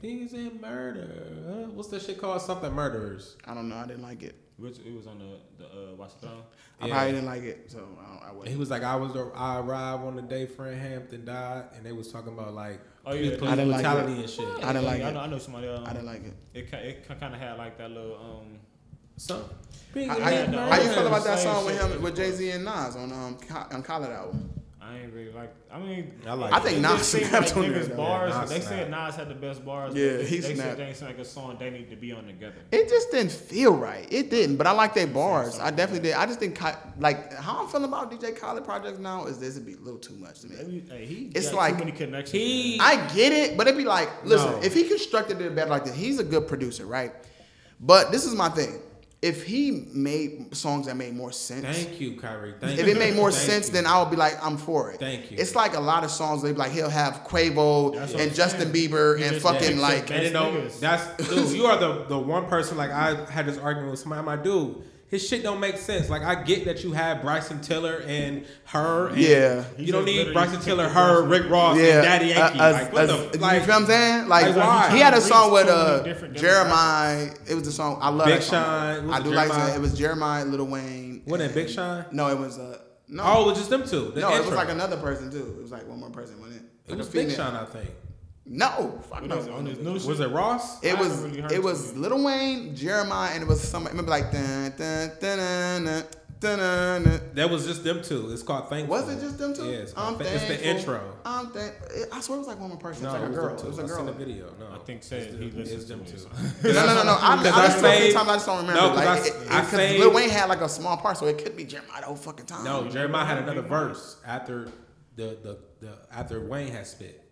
Things and Murder. Uh, what's that shit called? Something Murderers. I don't know. I didn't like it. Which it was on the the uh, Watch the Throne. I Yeah. probably didn't like it, so I, don't, I He wouldn't. was like, I was the, I arrived on the day Fred Hampton died, and they was talking about like Oh, yeah. police I didn't like brutality it. and shit. I didn't like I it. know, I know somebody. Um, I didn't like it. it. ki- It kind of had like that little um. So, I, Things I, and Yeah, Murder. no, how you feel about that same song with shit. him with Jay Z and Nas on um Col- on Khaled album? I ain't really like. I mean, I like I it. think It Nas just seemed snapped like on there, niggas though. Bars, Yeah, Nas they said snapped. Nas had the best bars. but Yeah, they, he they snapped. said things like a song they need to be on together. It just didn't feel right. It didn't, but I like their bars. I definitely did. I just think Ki- like how I'm feeling about DJ Khaled projects now is this would be a little too much to me. Maybe- hey, he It's got like- too many connections. He- I get it, but it'd be like, listen, No. if he constructed it better like that, he's a good producer, right? But this is my thing. If he made songs that made more sense, Thank you, Kyrie. Thank if you. it made more Thank sense, you. then I would be like, I'm for it. Thank you. It's like a lot of songs they be like he'll have Quavo That's what and I'm Justin saying. Bieber He and just- fucking yeah, like exactly. And you know, Niggas. that's dude, you are the the one person like I had this argument with somebody. My dude, his shit don't make sense. Like I get that you had Bryson Tiller and her. And Yeah. He you don't just need literally Bryson picked Tiller, the her, Bryson. Rick Ross, yeah, and Daddy uh, Yankee. uh, like what uh, the you like, feel what I'm saying? Like, Like, why? he had a song with Reach so many uh different demographics. Jeremiah. It was the song I love. Big that song. Sean, was I it do like that. Jeremiah? It was Jeremiah, Lil Wayne. Wasn't it and- Big Sean? No, it was uh no. oh, it was just them two. The no, it was intro. like another person too. It was like one more person, wasn't it? It Like was a Big female. Sean, I think. No, fuck On no. his- on his new shit. Was it Ross? It I was haven't really heard it too was many. Little Wayne, Jeremiah, and it was somebody. Remember like dun dun dun dun dun, dun dun. dun. That was just them two. It's called Thankful. Was it just them two? Yeah, it's, I'm called Thank- it's the thankful. intro. I'm thank- I swear it was like one more person. No, It's like a it was girl. them It two. was a I seen girl. the No, video. No, I think said It's he the- listens it's them to two. it. no, no, no. I, Because I I listened to it a few saved- times. I just don't remember. No, 'cause like, I it, s- it, I because saved- Lil Wayne had like a small part, so it could be Jeremiah the whole fucking time. No, Jeremiah had another verse after the, the, the after Wayne had spit.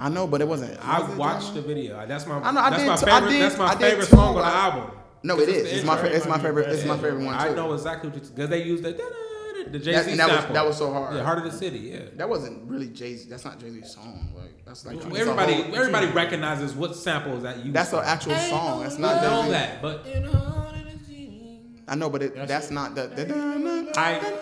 I know, but it wasn't. I was it watched the Jeremiah? video. That's my I know, I that's did my too- I favorite did- that's my I did favorite too, song on but the I- album. No, it Because is. the It's my intro. fa- it's my favorite. It's my Yeah. favorite one too. I know exactly what you because they used the da-da-da-da, the Jay Z and that was- sample. that was so hard. Yeah, Heart of the City. Yeah. That wasn't really Jay Z. That's not Jay Z's song. Like that's like it's a everybody whole- everybody recognizes what sample is that you. That's an used. actual song. That's You not Jay know Z. that, but I know, but it, that's, That's it. not the. the I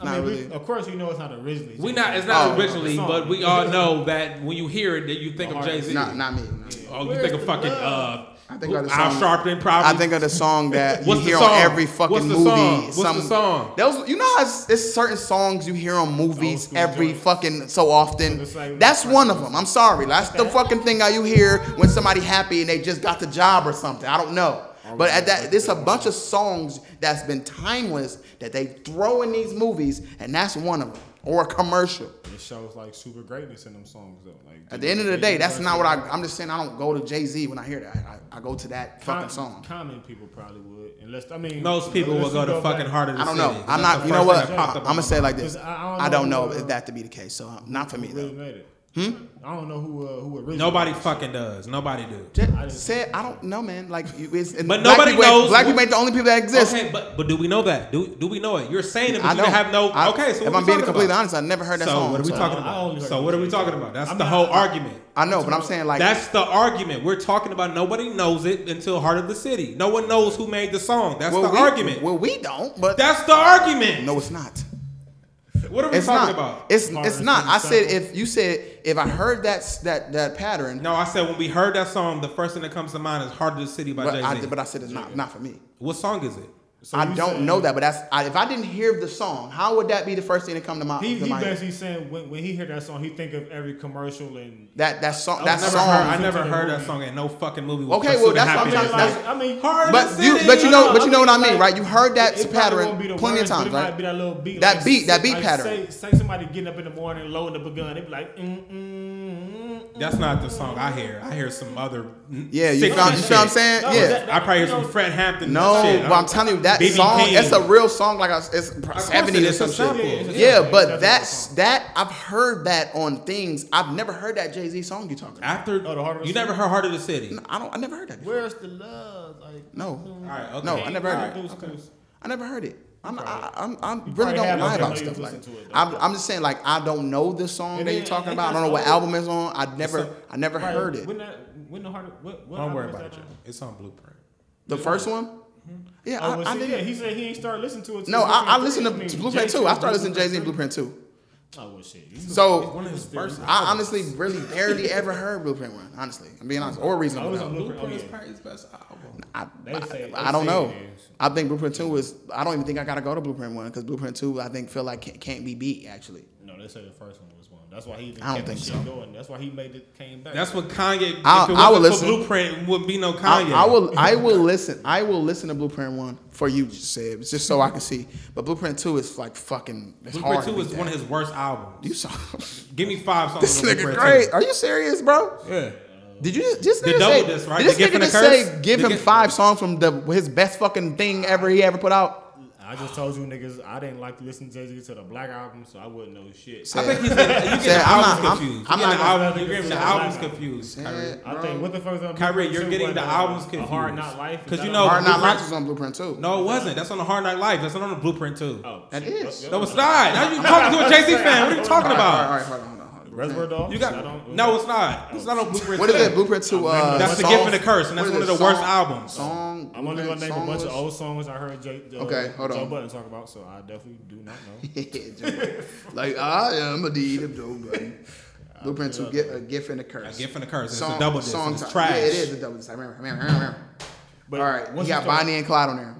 I not mean, we- really. of course you know it's not originally. we Jay-Z. not it's not Oh. originally, The song. but we all know that when you hear it, that you think of Heart of Jay the Z. not not me. Oh, you Where's think of the fucking love? uh, I think of the Al song- Sharpton probably. I think of the song that you What's the hear on song? every fucking What's the movie. song? What's the song? Those, you know, how it's, it's certain songs you hear on movies school every joints. fucking so often. It's like- That's one of them. I'm sorry, that's the fucking thing that you hear when somebody happy and they just got the job or something. I don't know. But at that, it's a bunch of songs that's been timeless that they throw in these movies, and that's one of them, or a commercial. It shows like super greatness in them songs though. Like At the end of the day, that's not what I. I'm just saying I don't go to Jay Z when I hear that. I, I go to that fucking common, song. Common people probably would, unless I mean Most people will unless go you to fucking back- heart of the I don't city. know. I'm That's not. the You know first what? thing that popped up I'm on my gonna say it mind. like this. 'Cause I- I I don't don't know know who, if uh, that to be the case. So um, not for me Who really though. made it? Hmm? I don't know who uh, who originally. Nobody fucking does. Nobody do. Just I didn't- said I don't know, man. Like, you- it's, and But black nobody people, knows Black who- people ain't the only people that exist. Okay, but but do we know that? Do do we know it? You're saying it, but I you don't don't have no. I- okay, if so what I'm we being talking completely about? honest, I never heard that so song. what are we so- talking I about? only heard So it. what are we talking about? That's I'm the not- whole argument. I know, but I'm saying like That's the argument we're talking about. Nobody knows it until Heart of the City. No one knows who made the song. That's well, the we, argument. Well, we don't, but That's the argument. no, it's not. what are we It's not. talking about? It's Sorry, it's it's not. not I said sample. if you said if I heard that s- that that pattern, No, I said when we heard that song, the first thing that comes to mind is Heart of the City by but Jay I Z. but I said it's not not for me. What song is it? So I you don't saying- know that, but that's I, if I didn't hear the song, how would that be the first thing that come to my, He, to he my basically saying when, when he hear that song, he think of every commercial and that that song I that never song? Heard, I Into never the heard that movie. song in no fucking movie. with Okay, well, Pursuit of that's what I'm Happiness. talking- that's- like, I mean, Heart of but the you City. but you No, know no, but you know what I mean, like, right? You heard that it probably pattern won't be the plenty words, of but times, it Might be right? that little beat. That like, beat- that beat like, pattern. Say, say somebody getting up in the morning, loading up a gun. They be like, mm, mm, mm, That's not the song I hear. I hear some other. Yeah, you sick found- you shit. found what I'm saying? No, Yeah. that- I probably hear you know, some Fred Hampton. No, shit. but I'm telling you that BB song. King. It's a real song, like I, it's course seventies it or is, some it's a shit. sample. Yeah, Yeah, yeah, it's but definitely that's a song. that I've heard that on things. I've never heard that Jay Z song you talking about. after Oh, the Heart of the you City? never heard Heart of the City. I don't. I never heard that. before. Where's the love? Like, No. mm, Alright, okay. No, I never heard Alright, it. okay. I never heard it. I'm, I, probably- I'm, I'm you really probably don't have, lie I don't about know stuff you like. listen to it, though. I'm, I'm just saying like I don't know the song And that it- you're talking and about. I that's don't know what old. album it's on. I never, a- I never Right. heard it. When that, when the heart, what, what Don't worry album was about it. that Joe. on? It's on Blueprint. The first one. Yeah, Oh, well, I, I see, yeah, didn't. he said he ain't started listening to it. till No, I, I Blueprint listened three. to mean, Blueprint Jay-Z too. I started listening to Jay Z three. and Blueprint too. Oh well, shit. You- So- One of his first. I honestly really barely ever heard Blueprint one. Honestly, I'm being honest, or I reasonable. was Doubt. on Blueprint. Blueprint is oh, yeah. probably his best album. I, They say- I, they I don't say know. it is. I think Blueprint Two is. I don't even think I gotta go to Blueprint One because Blueprint Two, I think, feel like can't, can't be beat. Actually, No, they said the first one was one. That's why he even I don't kept the think shit so. going. That's why he made it came back. That's what Kanye. I- if it I will wasn't for listen. Blueprint, it wouldn't be no Oh, I, Kanye. I will. I will listen. I will listen to Blueprint One for you, Seb, just so I can see. But Blueprint Two is like fucking. It's Blueprint hard to Two beat is that. one of his worst albums. You saw Give me five songs. this on nigga Blueprint great. Are you serious, bro? Two. Yeah. Did you just, just The nigga double say, disc, right? Did this The gift nigga and the just say curse? give The him gift- five songs from the his best fucking thing ever he ever put out? I just told you niggas I didn't like to listen to Jay Z to the black album, so I wouldn't know shit. Say- I think he's you getting Said, the I'm not- albums I'm- confused. I'm You're not- getting the album- You're getting I'm the not- albums confused, Kyrie. Said, I bro. think what the fuck is on Kyrie, Blueprint you're two getting was, the uh, albums A confused. hard not life. Is 'Cause that you on know- Hard Not Blueprint- Life was on Blueprint Two. No, it wasn't. That's on the Hard Night Life. That's not on the Blueprint Two. there? Oh, That shit. is. Yup, No, yup. it's not. Now you talking to a Jay Z fan. What are you All right, talking all right, all about? right, hold on, hold on, hold on. Reservoir Dogs. You That got don't- no. It's not. It's not on Blueprint. What is Two. it? Blueprint to uh, That's the songs? gift and the curse, and that's What one is of it? the worst Song- albums. Song. I'm only gonna Blueprint, name a bunch of song old songs I heard Jay, uh, Okay, hold Joe on. Budden talk about, so I definitely do not know. list. like I am a deed of Joe Budden. Blueprint to get a gift and a curse. A gift and a curse. It's a double disc. song It's time. trash. Yeah, it is a double disc. I remember. I remember. I remember. But All right, you once got start- Bonnie and Clyde on there.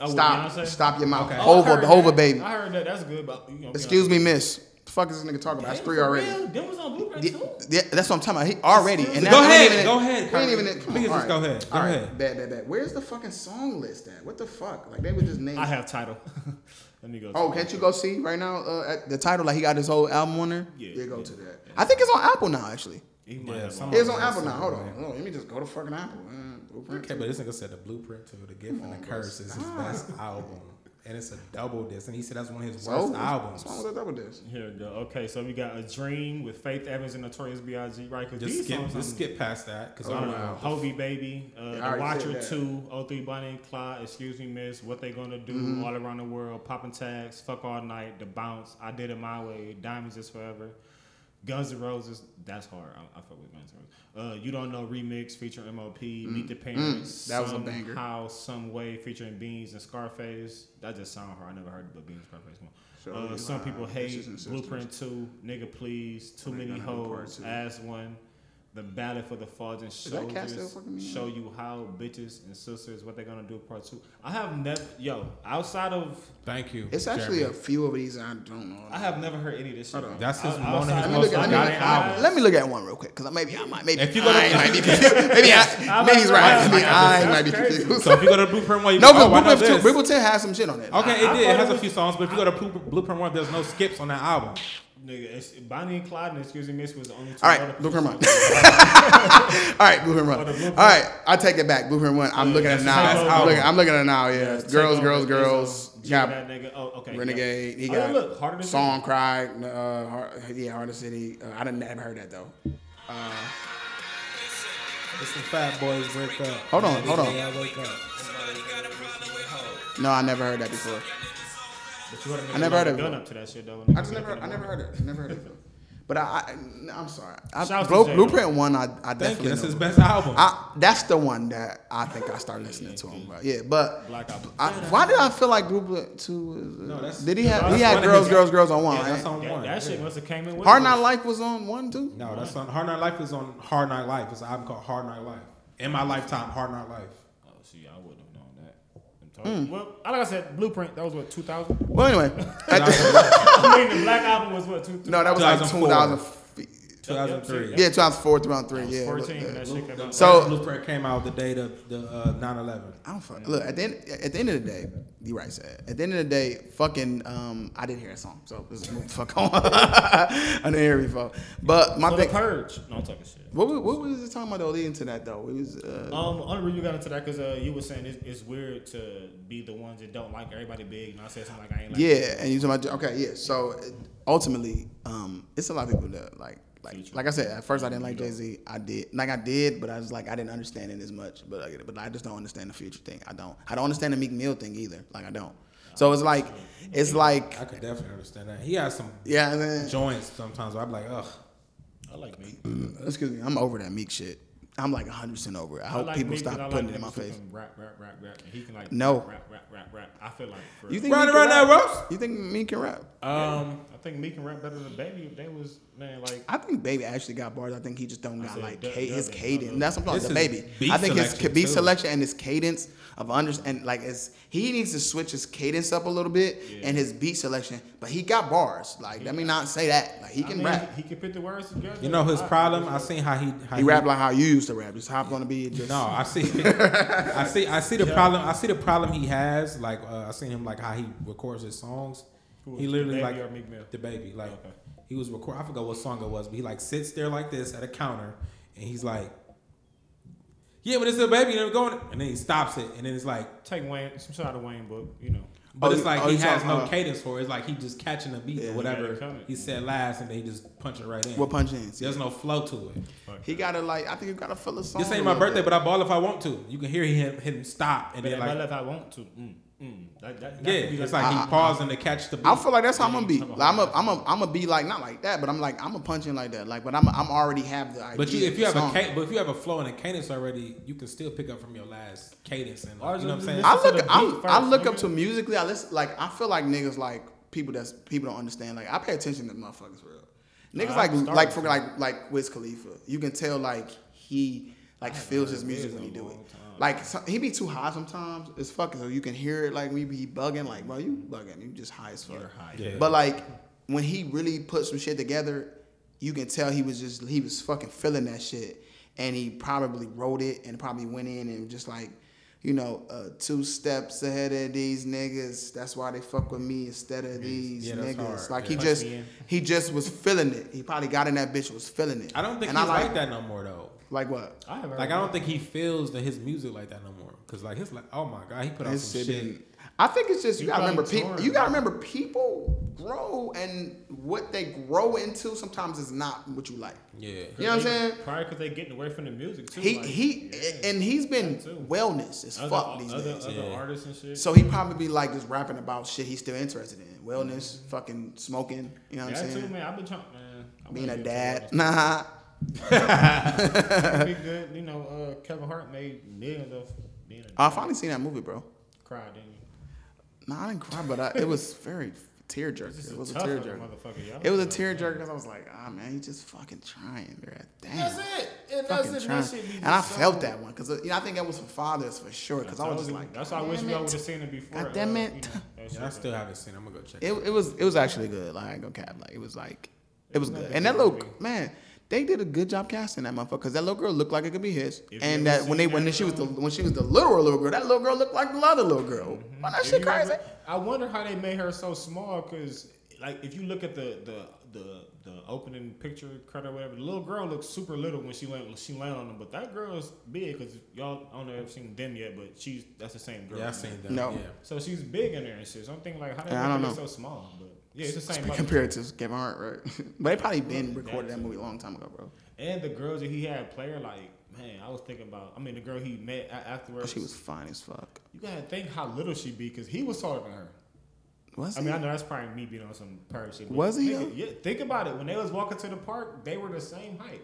Oh, with Stop. Beyonce? Stop your mouth. Okay. Oh, I Hova, heard Hova that. baby. I heard that. That's good. But you know, Excuse me, miss. The fuck is this nigga talking about? That's three already. Them was on Blueprint Yeah, too. yeah, that's what I'm talking about. He already. And Go that- we ain't ahead, go ahead, We ain't Kyrie. even. come on, Please all just go ahead, go All right. ahead. Bad, bad, bad. Where's the fucking song list at? What the fuck? Like they would just name. I have title. Let me go. Oh, to- can't you go see right now uh, at the title? Like he got his whole album on there. Yeah. go to that. I think it's on Apple now. Actually, He might Yeah, have some- all- it's on that's Apple now. Hold on. right. Hold on. Let me just go to fucking Apple. Uh, Blueprint. Okay, but this nigga said the Blueprint to the Gift and the Curse is his best album, and it's a double disc, and he said that's one of his So, worst what's- albums. What's wrong with that double disc? Here we go. Okay, so we got a dream with Faith Evans and Notorious B.I.G. Right? Because Just these skip, songs, just I'm- skip past that because I I don't don't know. know. Hovey Baby, uh, Oh, I The already said Watcher that. Two, O Three Bonnie and Clyde, Excuse Me Miss, What They Gonna Do, Mm-hmm. All Around the World, Poppin' Tags, Fuck All Night, The Bounce, I Did It My Way, Diamonds Is Forever, Guns N' Roses. That's hard. I, I fuck with Guns N' Roses. Uh, you Don't Know remix featuring M.O.P. Meet the Parents. Mm. That was a banger. How some way featuring Beans and Scarface. That just sound hard. I never heard it, but Beans and Scarface. Come So on. uh, you some lie, people bitches hate and sisters. Blueprint Two, Nigga Please, Too They gonna Many do part Hoes, two. As One, The Ballad for the Fallen that Cat still Soldiers, fucking me? Show You How Bitches and Sisters, What They Gonna Do Part Two. I have never, yo, outside of, Thank you. It's actually a few of these I don't know. I have never heard any of this shit. Hold on. man. That's his- Out- one of his Let outside Let me, most look at, let, me look Goddamn at, Eyes. let me look at one real quick, cause maybe I might, maybe If you go to- I might be confused. Maybe I, I'm maybe he's like, right. I'm Maybe like, I that's might be crazy. confused. So if you go to Blueprint One, you No, go, but oh, I know Blueprint Two, this. Blueprint Two has some shit on it. Okay, I it did. thought It it has a was- few songs, but if you go to Blue- Blueprint One, there's no skips on that album. Nigga, it's- Bonnie and Clyde and Excuse Me Miss was the only two. All right, other Blueprint One. people- All right, Blueprint One. Oh, the All Blueprint. right, I take it back. Blueprint One. I'm looking at it that's now. the I'm looking, takeover. I'm looking at it now. Yeah, Yeah, it's girls, takeover. girls, It's girls. a- Yeah. Yeah. That nigga. Oh, okay. Renegade. He Oh, yeah, got look, harder than song cry. Uh, Har- yeah, harder city. Uh, I didn't ever heard that though. It's the Fat Boys wake up. Hold on, hold on. Yeah, wake up. No, I never heard that before. But you heard I never heard of Gun it. up to that shit though. I just never, I never heard it. Never heard it. before. But I, I I'm sorry. I, Shouts to Blu- J-Lo. Blueprint one, I, I Thank definitely. you. That's know. his best album. I, that's the one that I think I started listening to him. Bro. Yeah, but Black Album. I, why did I feel like Blueprint Two? Was, uh, No, that's- did he no, have? that's He one had of girls, his- girls, girls on one. yeah, that's right? on That, one. that shit yeah. must have came in. with Hard it. Not Life was on one too. No, that's on Hard Night Life is on Hard Night Life. It's an album called Hard Night Life. In my lifetime, Hard Night Life. Oh, see, I wouldn't have known that. I'm Mm. totally- Well, like I said, Blueprint. That was what 2000. Well, anyway, That was I mean, the Black Album was what 2000. no, that was like 2004. 2000. Yep, 2003. Yeah, 2004, 2003. was Yeah, 14 but, uh, when that shit came out. So- Blueprint came out the day of the uh, 9/11. I don't fuck. Look at the end, at the end of the day, you right said. At the end of the day, fucking, um, I didn't hear a song, so just move the fuck on. I didn't hear it before. But my So the thing, purge. No, I'm talking shit. what, wa- what was it talking about though? Leading to that though, it was. Uh, Um, only reason we got into that because uh, you were saying it's, it's weird to be the ones that don't like everybody big, and I said something like I ain't like. Yeah, and you talking about okay, yeah. So it- ultimately, um, it's a lot of people that like like like I said at first I didn't like Jay Z. I did like I did, but I was like I didn't understand it as much. But I, but I just don't understand the future thing. I don't. I don't understand the Meek Mill thing either. Like I don't. So it's like it's like I could definitely understand that. He has some yeah. and then- joints sometimes. where I'm like, ugh. I like me. excuse me. I'm over that Meek shit. I'm like 100 percent over it. I hope like people me 'cause stop I like putting it in my niggas who face. can Rap, rap, rap, rap, and he can like No. rap, rap, rap, rap. I feel like for, You think Right Meek can around that, rap? Ross. You think Meek can rap? Um, I think me can rap better than Baby. If they was man like I think Baby actually got bars. I think he just don't got said like dub- ca- his dubbing, cadence. dubbing. That's what I'm This talking about. is Baby. beat I think his ca- selection, beat too. selection and his cadence of under and like it's he needs to switch his cadence up a little bit and his beat selection. But he got bars. Like let me not say that. Like he I can mean, rap. He, he can put the words together. you know his I- problem. I seen how he how He rap like how you used to rap. Just hop on the beat. Just, No, I see. I see. I see the problem. I see the problem he has. Like uh, I seen him like how he records his songs. Who He is literally the like baby or Meek Mill? the baby. Like Okay. he was record. I forgot what song it was, but he like sits there like this at a counter, and he's like, "Yeah, but it's a baby, and I'm going." And then he stops it, and then it's like, Take Wayne, some shot of Wayne book. You know, but Oh, it's you- like oh, he you has talking- no uh, cadence for it. It's like he just catching a beat Yeah. or whatever Yeah, coming. he said last, and then he just punch it right in. What punch ins? There's no flow to it. fuck He gotta like I think you gotta fill a song. This a ain't my little birthday, bit. but I ball if I want to. You can hear him, him stop, and But then if like I left, I want to. Mm, mm. That, that, that Yeah, could be it's like, like he pausing to catch the beat. I feel like that's how I'm gonna be. Have a Like, I'm a, I'm a, I'm gonna be like not like that, but I'm like I'm a punching like that. Like, but I'm, I'm already have the idea. but you, of if you the have a song. ca- but if you have a flow and a cadence already, you can still pick up from your last cadence and like, Ours you know what I'm is- saying. I Listen to look, the I'm, beat I first, look up nigga. to musically. I listen, like I feel like niggas like people that's people don't understand. Like I pay attention to motherfuckers for real. Niggas Nah, like I'm starting like for to. like like Wiz Khalifa. You can tell like he like feels his music Wiz when he in a do it. long time. Like so, he be too high sometimes. It's fucking so you can hear it. Like we be bugging. Like bro, you bugging. You just high as fuck. You're high. Yeah. But like when he really put some shit together, you can tell he was just he was fucking feeling that shit, and he probably wrote it and probably went in and just like, you know, uh, two steps ahead of these niggas. That's why they fuck with me instead of these Yeah, that's niggas. hard. Like Yeah. he Punch just me in. he just was feeling it. He probably got in that bitch and was feeling it. I don't think and he's I like, like that no more though. Like what? I have Like I don't think he feels that his music like that no more. Cause like his like oh my god, he put out This some shit shit. didn't- I think it's just you He gotta probably remember people. torn. You gotta remember people grow and what they grow into sometimes is not what you like. Yeah, You know what I'm saying? Probably because they getting away from the music too. He like, he yeah. and he's been That too. wellness as other, fuck these other, days. other Yeah. artists and shit. So he probably be like just rapping about shit he's still interested in. Wellness, fucking smoking, you know what that I'm too, saying? man. I've been trying, man. I Being a wanna get dad. to Nah. it. Be good, you know. Uh, Kevin Hart made millions of being a I finally seen that movie, bro. cry, didn't you? Nah, I didn't cry, but I, it was very tear This jerker. is It was a tough tear fucking jerker. motherfucker, y'all. It was a tear jerker because I was like, ah man, he's just fucking trying, bro. Damn. That's it. And that's Fucking it. trying. That shit be And I so- felt that one because you know, I think that was for fathers for sure. Because I told was just you. like, that's why I wish we all would have seen it before. God damn uh, it. you know, that shit I was- still haven't seen. it. I'm gonna go check. It, it was it was actually good. Like I ain't gonna cap. Like it was like it was not good. the And that good little man, they did a good job casting that motherfucker because that little girl looked like it could be his. If you and ever that when seen they when that she was the when she was the literal little girl, that little girl looked like the other little girl. Why that Mm-hmm. If shit you crazy? ever- I wonder how they made her so small because like if you look at the the the, the opening picture credit or whatever, the little girl looks super little when she land when she land on him, but that girl is big because y'all I don't know if you've seen them yet, but she's that's the same girl. Yeah, I seen that. No. Yeah. So she's big in there and shit. So I'm thinking like how did Yeah, I that don't look know. so small? But yeah, it's the same. body. compared to Kevin Hart, right? but they probably been recorded that movie a long time ago, bro. And the girls that he had player, like man, I was thinking about. I mean, the girl he met a- afterwards. Oh, She was fine as fuck. You gotta think how little she be because he was taller than her. Was I mean, I he? know that's probably me being on some pirate shit. but Was he, Think, though? yeah, think about it. When they was walking to the park, they were the same height.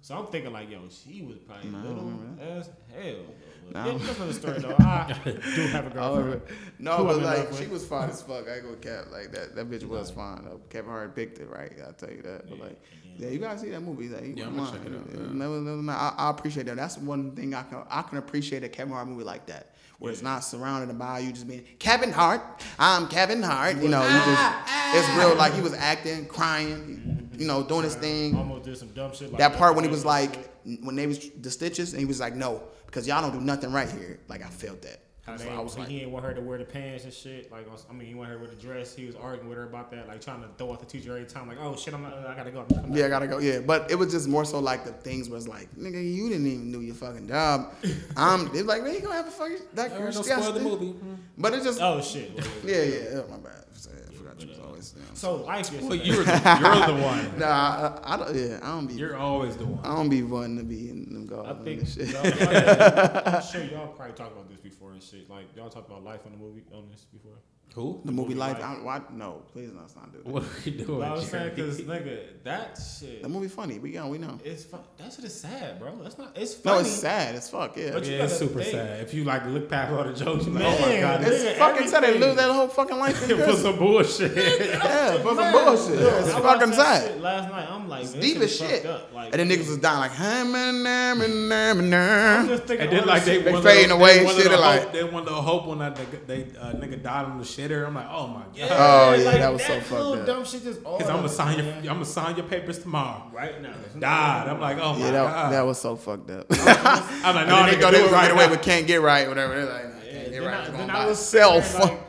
So I'm thinking like, yo, she was probably No, I don't little remember as hell. But No. yeah, that's another story though. I do have Oh, a girlfriend. right. no, Who but I'm in like love with. she was fine as fuck. I ain't gonna cap like that. That bitch was fine. Though. Kevin Hart picked it right. I'll tell you that. But like, yeah, you gotta see that movie. Like, Yeah, yeah, I'm I'm gonna check it out, yeah. No, no, no, I, I appreciate that. That's one thing I can I can appreciate a Kevin Hart movie like that, where it's not surrounded by you just being Kevin Hart. I'm Kevin Hart. You know, you just it's real. Like he Ah, was acting, crying, you know, doing his thing. Almost did some dumb shit. Like That part when he and was shit. like, when they was the stitches, and he was like, no, because y'all don't do nothing right here. Like I felt that. How So they, I was like, he didn't want her to wear the pants and shit. Like, I mean, he wanted her with a dress. He was arguing with her about that, like trying to throw out the teacher every time. Like, oh shit, I'm not, I gotta go. I'm coming back." Yeah, I gotta go. Yeah, but it was just more so like the things was like, nigga, you didn't even do your fucking job. I'm it's like, man, you gonna have a fucking that All right, girl. don't she got spoil the to- movie. But it just, Oh shit. yeah, yeah, yeah. My bad. I forgot you was always. Yeah. So life is. Well, you're you're the one. Nah, I, I don't. Yeah, I don't be. You're always the one. I don't be wanting to be in them I golf think and shit. y'all, I'm sure y'all probably talked about this before and shit. Like y'all talked about life on the movie on this before. Who? The movie movie life. Life. I, why, no, please no, let's not do that. What are we doing? But I was Jerry? saying because nigga, that shit, The movie funny. We know. We know. it's fu- that shit is sad, bro. That's not. It's No, funny. it's sad. It's fuck. Yeah. But you- yeah, it's gotta super think. sad. If you like look past all the jokes, you're like, Man, oh my god, this- this It's nigga, fucking sad. They everything. lose that whole fucking life. in for prison. some bullshit. Yeah, for some Man, bullshit. look, Yeah, it's I watched fucking that sad. shit Last night, I'm like, man, deep as this shit. shit. is fucked Up. Like, and then niggas was dying like, "Huh, man, nah, man, nah, man, I'm nah." just thinking, And then all like this they, shit- They won fading the, away they and won shit, the like- hope, they won the hope when that nigga- they uh, nigga died on the shitter. I'm like, oh my god, Yeah, Oh, yeah, like, that was so fucked little up. Dumb shit just all. because I'm gonna sign your over, I'm man. gonna sign your papers tomorrow. right now. Died. I'm like, oh my Yeah, that, god. that was so fucked up. I'm like, And no, then nigga, they thought they do was it right away, now. but can't get right, whatever. They're like, nah, Yeah, can't get then right. I, it's then gonna I buy was itself. saying, Like,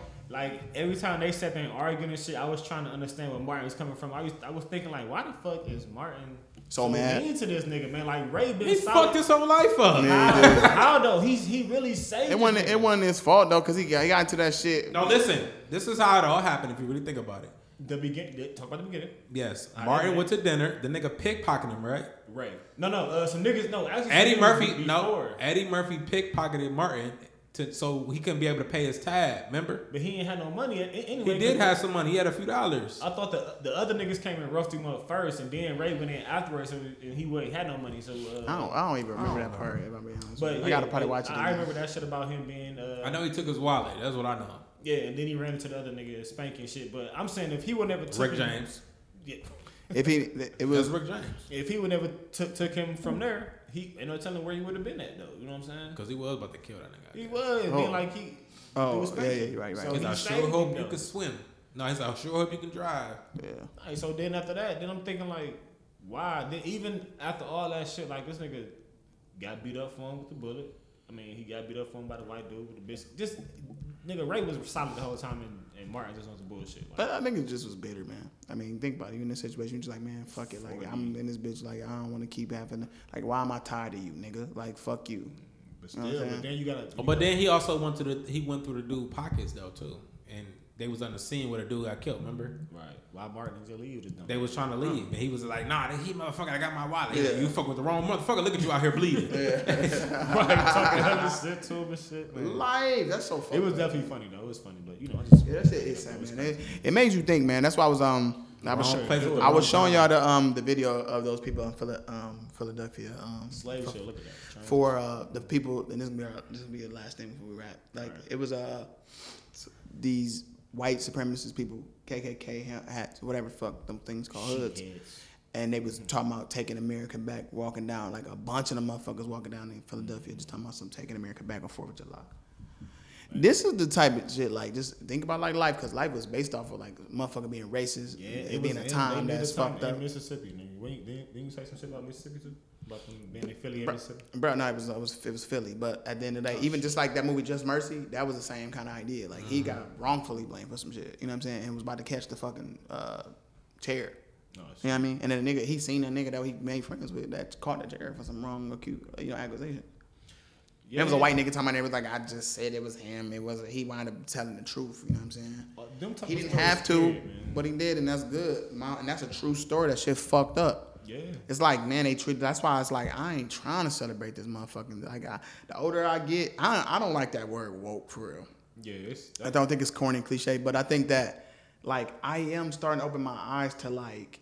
like every time they sat there and arguing and shit, I was trying to understand where Martin was coming from. I was I was thinking like, why the fuck is Martin So mad. mean to this nigga, man? Like Ray been He solid. fucked his whole life up. How, how though? He's he really saved. It wasn't. It wasn't his fault though, cause he got, he got into that shit. No, listen. This is how it all happened. If you really think about it. the beginning. Talk about the beginning. Yes, I Martin didn't- went to dinner. The nigga pickpocketed him, right? Ray. No, no. Uh, some niggas. No, actually, some Eddie niggas Murphy, was no. before. Eddie Murphy pickpocketed Martin to, so he couldn't be able to pay his tab. Remember, But he ain't had no money. a- a- Anyway, he did have some money. He had a few dollars. I thought the the other niggas came and roughed him up first, and then Ray went in afterwards, and and he wasn't had no money. So uh, I don't. I don't even remember that part. If I'm being honest, but I gotta probably but watch it. I, I again. remember that shit about him being. Uh, I know he took his wallet. That's what I know. Yeah, and then he ran into the other nigga spanking shit. But I'm saying if he would never took Rick him, James. Yeah, If he, it That's was. Rick James if he would never took took him from there, he ain't no telling where he would have been at though. You know what I'm saying? because he was about to kill that nigga. He was. Oh. Then like he. Oh, it was yeah, spanking. yeah, right, right. Is So He's he I saved sure hope him, you though. can swim. No, he's I sure hope you can drive. Yeah. Alright, so then after that, then I'm thinking like, why? Then even after all that shit, like this nigga got beat up for him with the bullet. I mean, he got beat up for him by the white dude with the bitch. Just nigga Ray was solid the whole time, and, and Martin just on some bullshit. Like, But I think it just was bitter, man. I mean, think about it. You in this situation, you're just like, man, fuck it. Like, I'm in this bitch. Like, I don't want to keep having. Like, why am I tied to you, nigga? Like, fuck you. but You still, know what I'm saying? but then you gotta. you Oh, But then he also went to the he went through the dude pockets though too, and they was on the scene where the dude got killed. Remember? Right. Why Martin just leave this dumb They was trying to leave, and he was like, "Nah, he motherfucker, I got my wallet. He's like, you fuck with the wrong motherfucker. Look at you out here bleeding." right, talking other shit to him and shit. man. Life. That's so funny. It was definitely funny though. It was funny, but you know, I just Yeah, that shit is sad, man. It, it makes you think, man. That's why I was um I was Wrong sho- place at the I was wrong showing y'all the um the video of those people in Phila- um, Philadelphia um slave shit. Look at that. Trump. for uh the people and this will be our, this will be the last thing before we wrap. Like it was uh s- these white supremacist people KKK ha- hats whatever the fuck them things called hoods. Shitheads. And they was talking about taking America back, walking down like a bunch of them motherfuckers walking down in Philadelphia, just talking about some taking America back on Fourth of July. This is the type of shit like just think about like life because life was based off of like motherfucker being racist, Yeah, it, it was being a in- time they did that's the time fucked in up. Mississippi, nigga. Wait, didn't, didn't you say some shit about Mississippi too? But being affiliated. to- Bro, no, it was, it was it was Philly, but at the end of the Oh, day, even just like that movie Just Mercy, that was the same kind of idea. Like Mm-hmm. he got wrongfully blamed for some shit, you know what I'm saying, and was about to catch the fucking uh, chair. No, it's- You know what I mean? And then the nigga, he seen a nigga that he made friends with that caught the chair for some wrong acute, you know, accusation. It was a Yeah. white nigga talking about it. it was like I just said it was him. It was he wound up telling the truth. You know what I'm saying? Uh, them type He of didn't stories have to, period, man. but he did, and that's good. My, and that's a true story. That shit fucked up. Yeah. It's like, man, they treat. That's why it's like I ain't trying to celebrate this motherfucking. Like, I, the older I get, I I don't like that word woke for real. Yeah, it's I don't think it's corny and cliche, but I think that like I am starting to open my eyes to like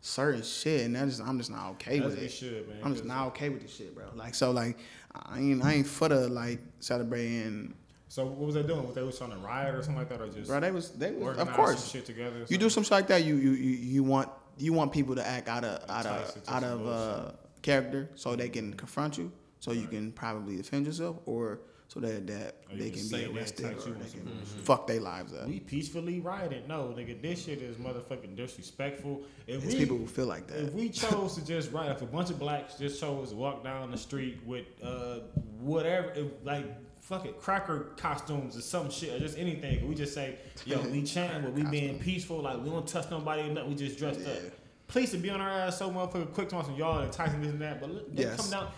certain shit, and that's just I'm just not okay As with we it. should, man, I'm just 'cause- not okay with this shit, bro. Like so, like I ain't I ain't for the like celebrating, So what was they doing? Was they was trying to riot or something like that, or just bro. They was they was of organize course. some shit together? or You do something? some shit like that, you you you, you want you want people to act out of out of Entice it to out some Mm-hmm. of uh, character, so they can confront you, so you can probably defend yourself, or so that that Or you they can can say be they arrested attacked or you they or can some fuck their lives up. We peacefully rioted. No, nigga, this shit is motherfucking disrespectful. If It's we, people who feel like if that. we chose to just riot, if a bunch of blacks just chose to walk down the street with uh whatever, if, like fucking cracker costumes or some shit or just anything, we just say, yo, we chanting, but we being peaceful, like we don't touch nobody or nothing. We just dressed up. Yeah. Police would be on our ass so motherfucking quick to us and y'all enticing this and that, but look, they Yes. come down.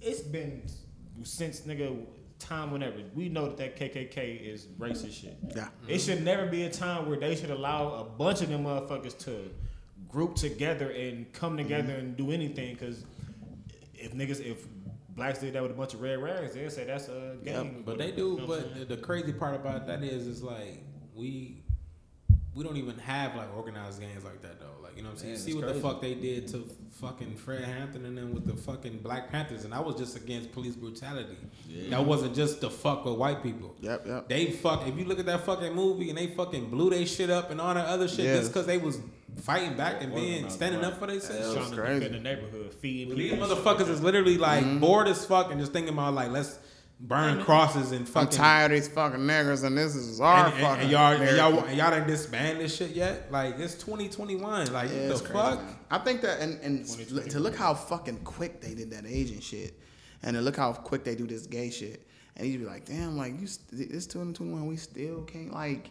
It's been since nigga time whenever we know that that KKK is racist shit. Yeah. It should never be a time where they should allow a bunch of them motherfuckers to group together and come together Mm-hmm. and do anything. Because if niggas, if blacks did that with a bunch of red rags, they'd say that's a gang. But they You do. know what I'm But saying? the, the crazy part about that is, is like we we don't even have like organized gangs like that though. Like you know what I'm saying? Man, you see it's what the crazy. fuck they did to fucking Fred Hampton and then with the fucking Black Panthers, and I was just against police brutality. That wasn't just to fuck with white people. Yep, yep. They fuck. If you look at that fucking movie and they fucking blew they shit up and all that other shit Yeah. just because they was fighting back and being Organized, standing right. up for themselves. That trying was to crazy. defend the neighborhood, feed These people. motherfuckers is literally like Mm-hmm. bored as fuck and just thinking about like let's burn crosses and I'm fucking. tired of these fucking niggas, and this is our And, and- fucking. and y'all, and y'all, America. and y'all didn't disband this shit yet. Like it's Yeah, 2021. Like what it's the crazy, fuck? man. I think that, and, and 2020. look- to look how fucking quick they did that Asian shit, and to look how quick they do this gay shit, and you'd be like, damn, like you, st- it's 2021, we still can't like,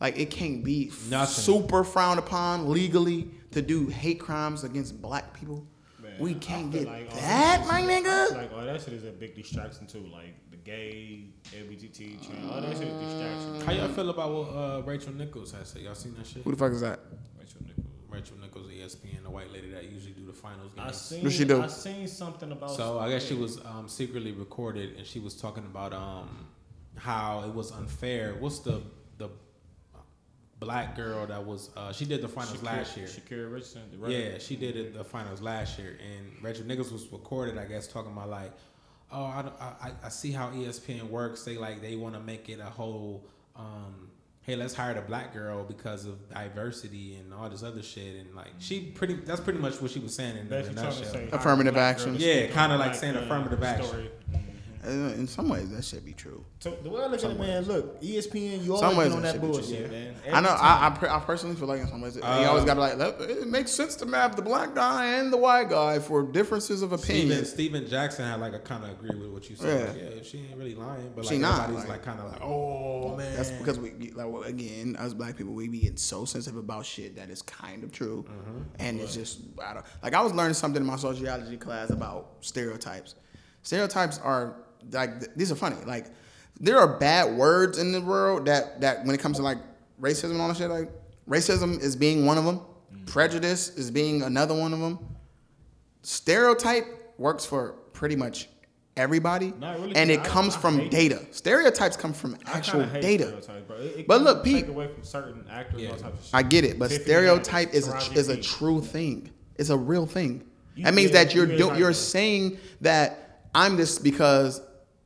like it can't be f- Nothing. super frowned upon legally to do hate crimes against black people. Man, we I can't feel get like all that, this my shit- I nigga. feel Like, oh, that shit is a big distraction too. Like the gay, LGBT, trans, all that shit is distraction. How y'all feel about what uh, Rachel Nichols has said? Y'all seen that shit? Who the fuck is that? Rachel Nichols. Rachel Nichols, E ESPN, the white lady that usually do the finals I games. seen. What she do? I seen something about. So I guess she was um, secretly recorded, and she was talking about um, how it was unfair. What's the the black girl that was? Uh, she did the finals Shakira- last year. Shakira Richardson. the rapper. Yeah, she did it the finals last year, and Rachel Nichols was recorded, I guess, talking about like, oh, I, don't- I, I- I see how E ESPN works. They like they want to make it a whole, um, hey, let's hire the black girl because of diversity and all this other shit, and like she pretty that's pretty much what she was saying in, That's a what you're trying to nutshell. say. Affirmative Black action. girls Yeah, speak kinda on like black, saying uh, affirmative action. story. Uh, in some ways, that should be true. So the way I look at it, man, look, E ESPN, you Some always ways been on that that should be true, bullshit, yeah. man. I know. I, I, per- I personally feel like in some ways, you always gotta like. let- It makes sense to map the black guy and the white guy for differences of Steven, opinion. Steven Jackson had like a kind of agree with what you said. Yeah. Yeah, she ain't really lying, but like She not, everybody's like- like, kind of like, oh man, That's because we like well, again, us black people, we be getting so sensitive about shit that is kind of true, Mm-hmm. and it's just I don't like. I was learning something in my sociology class about stereotypes. Stereotypes are like th- these are funny. Like there are bad words in the world that that when it comes to like racism and all that shit, like racism is being one of them. Mm. Prejudice is being another one of them. stereotype works for pretty much everybody, No, it really and it does. I- comes I from hate data. Stereotypes come from I kinda actual hate data. stereotypes, bro. It- it But can look, take Pete- away from certain actors, and all Yeah. types of shit. I get it, but Tiffany stereotype Haddish, is a, Taraji is a P. true thing. It's a real thing. You that means feel- that you're you do, feel you're like- saying that I'm this because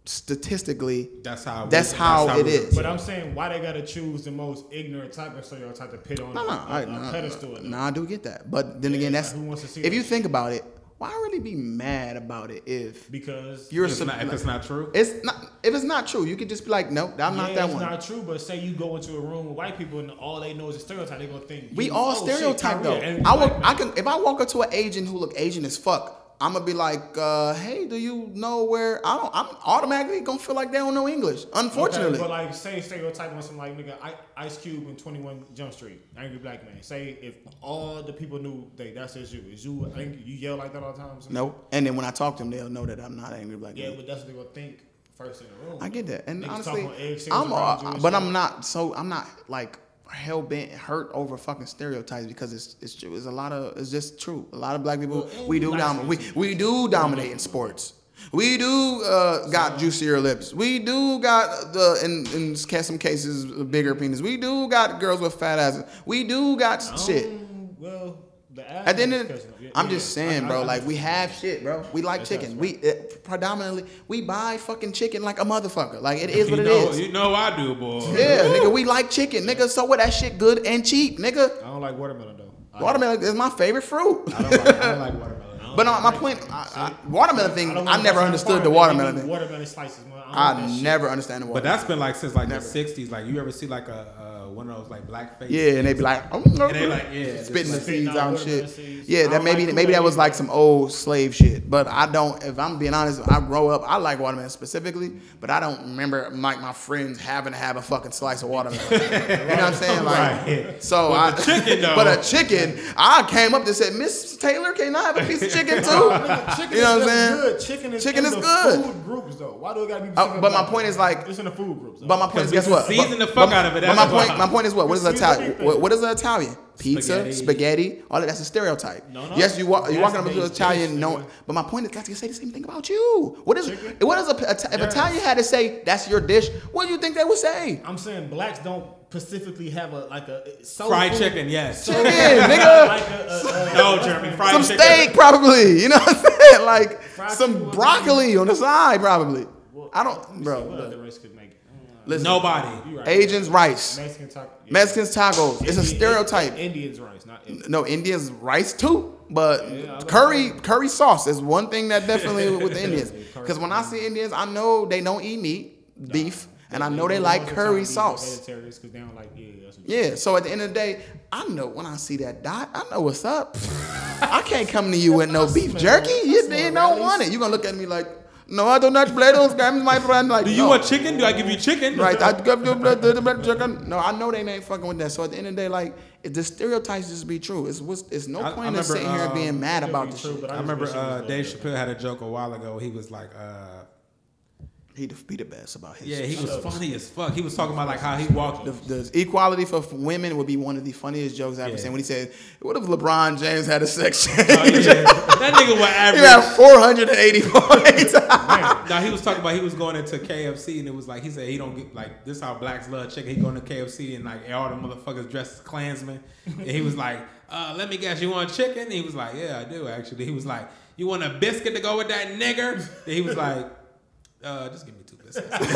statistically that's how That's how it we- is. But I'm saying why they gotta choose the most ignorant type of stereotype to pit on No, a, no, a, I, a no, pedestal. no, I do get that. But then Yeah, again, like, that's who wants to see if that you shit? think about it, why really be mad about it if Because you're If it's, sub- not, if it's not true, it's not if it's not true, you could just be like, nope, I'm not yeah, that it's one. not true, but say you go into a room with white people and all they know is a stereotype, they gonna think We you- all oh, shit, stereotype Kyrie though. an angry I will, black man. I can if I walk up to an Asian who look Asian as fuck, I'm gonna be like, uh, hey, do you know where? I don't. I'm automatically gonna feel like they don't know English. Unfortunately, Okay, but like say stereotype on some like nigga I, Ice Cube in Twenty One Jump Street, angry black man. Say if all the people knew they that's just you. Is you angry? You yell like that all the time? or something? no. And then when I talk to them, they'll know that I'm not an angry black Yeah, man. but that's what they gonna think first in the room. I get that, and Niggas honestly, talk on eggshells I'm around you uh, and but shit. I'm not so I'm not like hell bent hurt over fucking stereotypes because it's it's true. It's a lot of it's just true. A lot of black people Well, and we you do like dominate we these- we do dominate in sports. We do uh, got juicier lips. We do got the in, in ca- some cases bigger penis. We do got girls with fat asses. We do got Um, shit. Well, the ass At the end of the, discussion, yeah, I'm yeah. just saying, I- I- bro. I like we understand. have shit, bro. We like That's chicken. right. We uh, predominantly we buy fucking chicken like a motherfucker. Like it is you what it is. know, You know I do, boy. Yeah, nigga, we like chicken, nigga. So what? That shit good and cheap, nigga. I don't like watermelon though. I- Watermelon is my favorite fruit. I don't like, I don't like watermelon. I don't But no, like- my point, I, I, watermelon I thing, don't I, want never to understood farm, the they watermelon give me thing. Watermelon slices, man. I, don't like that I shit. never understand the But watermelon. that's been like since like Never. the '60s. Like you ever see like a uh, one of those like blackface? Yeah, and they be like, oh, no. And they like yeah, just spitting the like- seeds Spitting out out and watermelon shit. seeds. I Yeah, that don't maybe like maybe that Kool-Aid was like either. some old slave shit. But I don't. If I'm being honest, I grow up. I like watermelon specifically, but I don't remember like my friends having to have a fucking slice of watermelon. you know what I'm saying? Like, Right. so But I. the chicken, though. but a chicken, I came up and said, Miss Taylor, can I have a piece of chicken Nigga, too? chicken you know what I'm is saying? Good. Chicken is Chicken in is the good. Food groups though. Why do it gotta be? Uh, specific but my black point people? is, like- it's in the food groups. Though. But my point is, we guess can what? season But- the fuck but- out of it, But my that's point, my why. point is what? What is We season Italian? everything. What, what is an Italian? Pizza, spaghetti. Spaghetti. all that. That's a stereotype. No, no. Yes, you walk. You That's walking up to an based- Italian. based, No, nigga. but my point is, that's gonna say the same thing about you. What is? Chicken? What is a? If Yes. Italian had to say that's your dish, what do you think they would say? I'm saying blacks don't specifically have a like a soul fried food. chicken. Yes. Chicken, nigga. Like a, a, a, No, Jeremy. Fried Some chicken. steak, probably. You know what I'm saying? Like Fried chicken some would broccoli on the side, probably. Well, I let don't, me bro. see What look, other race could make? Mm, Listen, Nobody. you right. Asians rice, Mexican taco. yeah. Mexicans tacos. It's a Indian- stereotype. Indians rice, not Indian. No, Indians rice too, but Yeah, I love curry curry sauce is one thing that definitely with the Indians. Curry. Because when I see Indians, I know they don't eat meat, beef, and I know they Indians like also curry tryna be sauce. vegetarians 'cause they don't like yeah. That's what Yeah, so at the end of the day, I know when I see that dot, I know what's up. I can't come to you with no beef jerky. You, you don't want it. You're gonna look at me like, no, I do not play those games, my friend. Like, Do you no. want chicken? Do I give you chicken? Right. I give you blood, blood, blood, chicken. No, I know they ain't fucking with that. So at the end of the day, like it, the stereotypes just be true. It's what's it's no I- I point in remember, sitting here um, being mad Could about be the true, shit. but I just remember wish it was uh, more Dave good. Chappelle had a joke a while ago. He was like, uh, He the, be the best about his. yeah, shit. he was funny as fuck. He was talking about like how he walked. The, the equality for f- women would be one of the funniest jokes I've ever Yeah. seen. When he said, "What if LeBron James had a sex Oh, change? yeah. that nigga was he average. had 480 points." Now he was talking about he was going into KFC and it was like he said he don't get like this how blacks love chicken. He going to KFC and like all the motherfuckers dressed as Klansmen. And he was like, uh, let me guess, you want chicken? he was like, Yeah, I do actually. He was like, You want a biscuit to go with that nigger? And he was like, uh, just give me two biscuits. like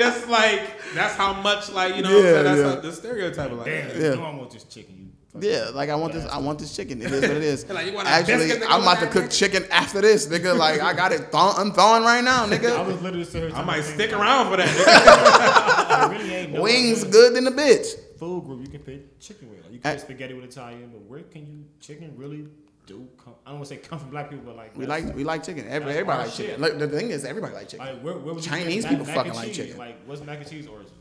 that's like that's how much like you know what I'm Yeah, saying? that's yeah. how, the stereotype of like Damn, Yeah. you know I want this chicken. You fucking- Yeah, like I want this. I want this chicken. It is what it is. Like, you want a Actually, biscuit to go I'm about to with cook that? chicken after this, nigga. Like I got it. Thaw- I'm thawing right now, I nigga. was literally sitting here I trying might to think, stick like, around for that. there really ain't no Wings good good than a bitch. food group you can pick chicken with. Like, you can At- pick spaghetti with Italian, but where can you chicken really do come? I don't want to say come from black people, but like We that's- like we like chicken. Every, that's everybody our like chicken. shit. Like, the thing is, everybody like chicken. Like, where, where was Chinese people fucking like chicken. Like, what's mac and cheese origin?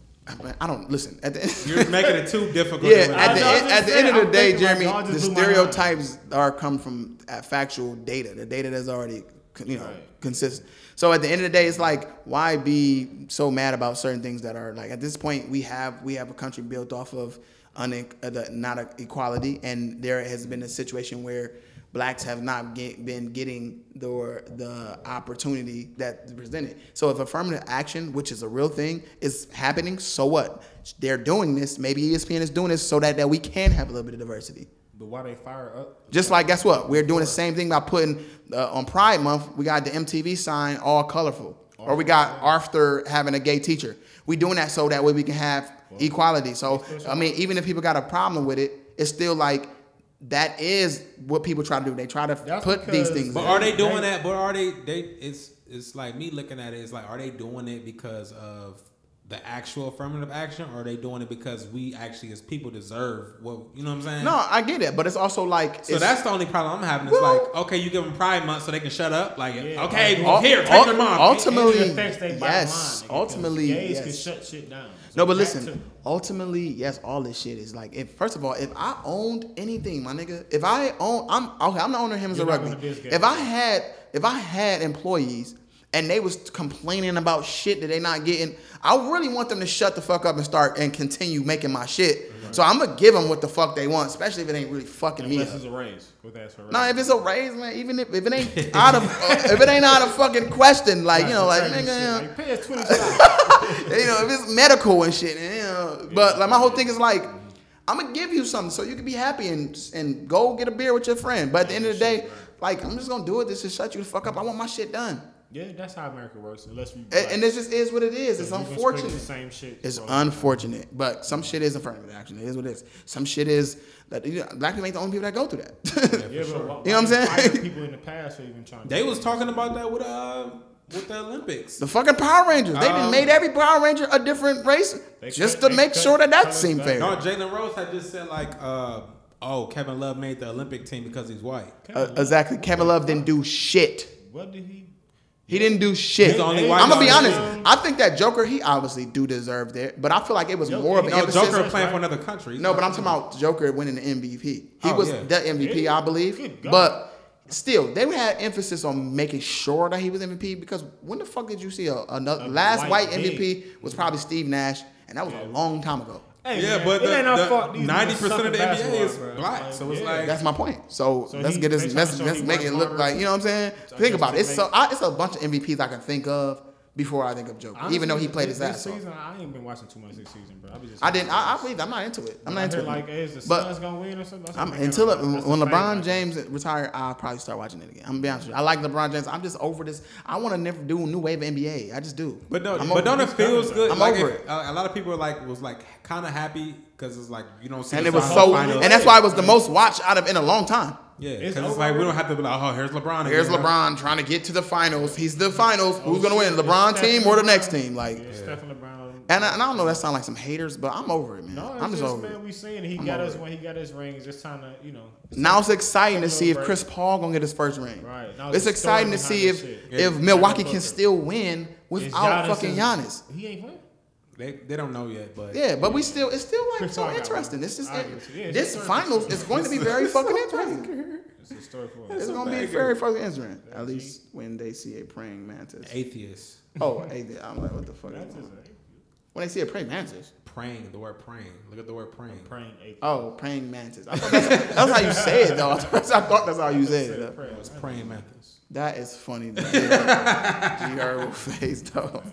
Man, I don't listen. At the end, You're making it too difficult. yeah, to- at the I was end, just at the saying, end of I'm the day, thinking, like, Jeremy, y'all just the blew my mind. stereotypes are come from uh, factual data, the data that's already you know Right. consistent. So at the end of the day, it's like why be so mad about certain things that are like at this point we have we have a country built off of un- uh, the, not a, equality, and there has been a situation where blacks have not get, been getting the the opportunity that's presented. So if affirmative action, which is a real thing, is happening, so what? They're doing this. Maybe E ESPN is doing this so that, that we can have a little bit of diversity. But why they fire up? Just like guess what? We're doing the same thing by putting uh, on Pride Month. We got the MTV sign all colorful, or we got Arthur having a gay teacher. We doing that so that way we can have equality. So I mean, even if people got a problem with it, it's still like that is what people try to do. They try to That's put these because- things. But in. are they doing that? But are they? They it's it's like me looking at it. It's like are they doing it because of the actual affirmative action, or are they doing it because we actually as people deserve what you know what I'm saying? No, I get it, but it's also like So it's- that's the only problem I'm having. Is Well- like, okay, you give them Pride Month so they can shut up. Like, Yeah. okay, Like, well, ul- here, ul- take your mom. Ultimately, It affects their bottom yes. line, nigga, 'cause Ultimately, gays yes. can shut shit down. No, but that listen. too. ultimately, yes, all this shit is like. If first of all, if I owned anything, my nigga, if I own, I'm okay. I'm the owner of Hims of You're not Rugby. gonna be as gay. If I had, if I had employees and they was complaining about shit that they not getting, I really want them to shut the fuck up and start and continue making my shit. So I'm gonna give them what the fuck they want, especially if it ain't really fucking me. unless up. it's a raise. With that for a raise. No, if it's a raise, man, even if, if it ain't out of uh, if it ain't out of fucking question, like you know, like Right, nigga, you know, shit. Like, pay us twenty dollars. you know, if it's medical and shit, and, you know. But like my whole thing is like, I'm gonna give you something so you can be happy and and go get a beer with your friend. But at the end of the day, like I'm just gonna do it. This to shut you the fuck up. I want my shit done. yeah, that's how America works. Unless we And, and this just is what it is. It's we respect The unfortunate. same shit. It's for- unfortunate, but some shit is affirmative action. It is what it is. Some shit is that you know, black people ain't the only people that go through that. Yeah, but why- You know what I'm why saying? white People in the past are even trying. to- They was talking about that with uh with the Olympics. the fucking Power Rangers. They done Um, made every Power Ranger a different race They just to cut- they make cut sure that that colors seemed back. fair. No, Jalen Rose had just said like, uh, oh, Kevin Love made the Olympic team because he's white. Uh, exactly. Kevin Love didn't do shit. What did he? He didn't do shit. He's the only white I'm gonna be guy. honest. I think that Joker, he obviously do deserve it, but I feel like it was Joker- more of an no, No, emphasis. Joker playing for another country. no, but I'm talking about Joker winning the MVP. He Oh, was yeah. the MVP, I believe. Good God. But still, they had emphasis on making sure that he was MVP because when the fuck did you see a, another A last white, white MVP was probably Steve Nash, and that was a long time ago. Hey, Yeah, man, but it ain't our the- fault the these ninety niggas suck percent of at the NBA basketball, is bro. black, so it's yeah. like That's my point. So, So let's he- get they this. tryna Let's, show let's he make it wasn't look modern. like you know what I'm saying. So think just about it. to It's so make- I, it's a bunch of MVPs I can think of before I think of Joker, Honestly, even though he played this, his ass this off. season. I ain't been watching too much this season, bro. I, be just I didn't. I, I believe. I'm not into it. I'm not I into heard it. like, hey, is the but Suns gonna win or something? That's I'm what I until heard. That's when the LeBron favorite. James retire, I'll probably start watching it again. I'm gonna be honest with you. I like LeBron James. I'm just over this. I want to never do a new wave of NBA. I just do. But no, I'm but over don't it. it feels good? I'm like over if- uh, it. A, a lot of people like was like kind of happy because it's like you don't see. And the it was final so. finals. And that's why it was the most watched out of in a long time. yeah, It's because it's, over like we with. don't have to be like, oh, here's LeBron. Here's again. LeBron trying to get to the finals. He's the finals. Who's gonna win? shit. LeBron It's team Steph or the LeBron. next team? Like, Yeah, Stephen LeBron. and I, and I don't know. That sound like some haters, but I'm over it, man. No, it's I'm just, just over man, it. we seen he I'm got over us it. when he got his rings. It's time to you know. Now it's exciting to It's see if over. Chris Paul gonna get his first ring. Right. Now It's the story exciting to behind see this if shit. if Yeah. Milwaukee can Booker. still win It's without Giannis fucking is- Giannis. He ain't playing. They, they don't know yet, but Yeah, but we still it's still like Chris so Paul got interesting. one. This is I agree with you. Yeah, this it's finals interesting. is going to be very fucking interesting. It's a story for It's us. going to be very fucking interesting. At least when they see a praying mantis. atheists Oh, hey, there. I'm like, what the fuck? is That's going just on? When they see a praying mantis. praying. The word praying. Look at the word praying. a praying ape. Oh, praying mantis. I thought that's, that's how you say it though. I thought that's how you say it. Though. Prayer. It's praying methods. That is funny. though. G Herbo face though.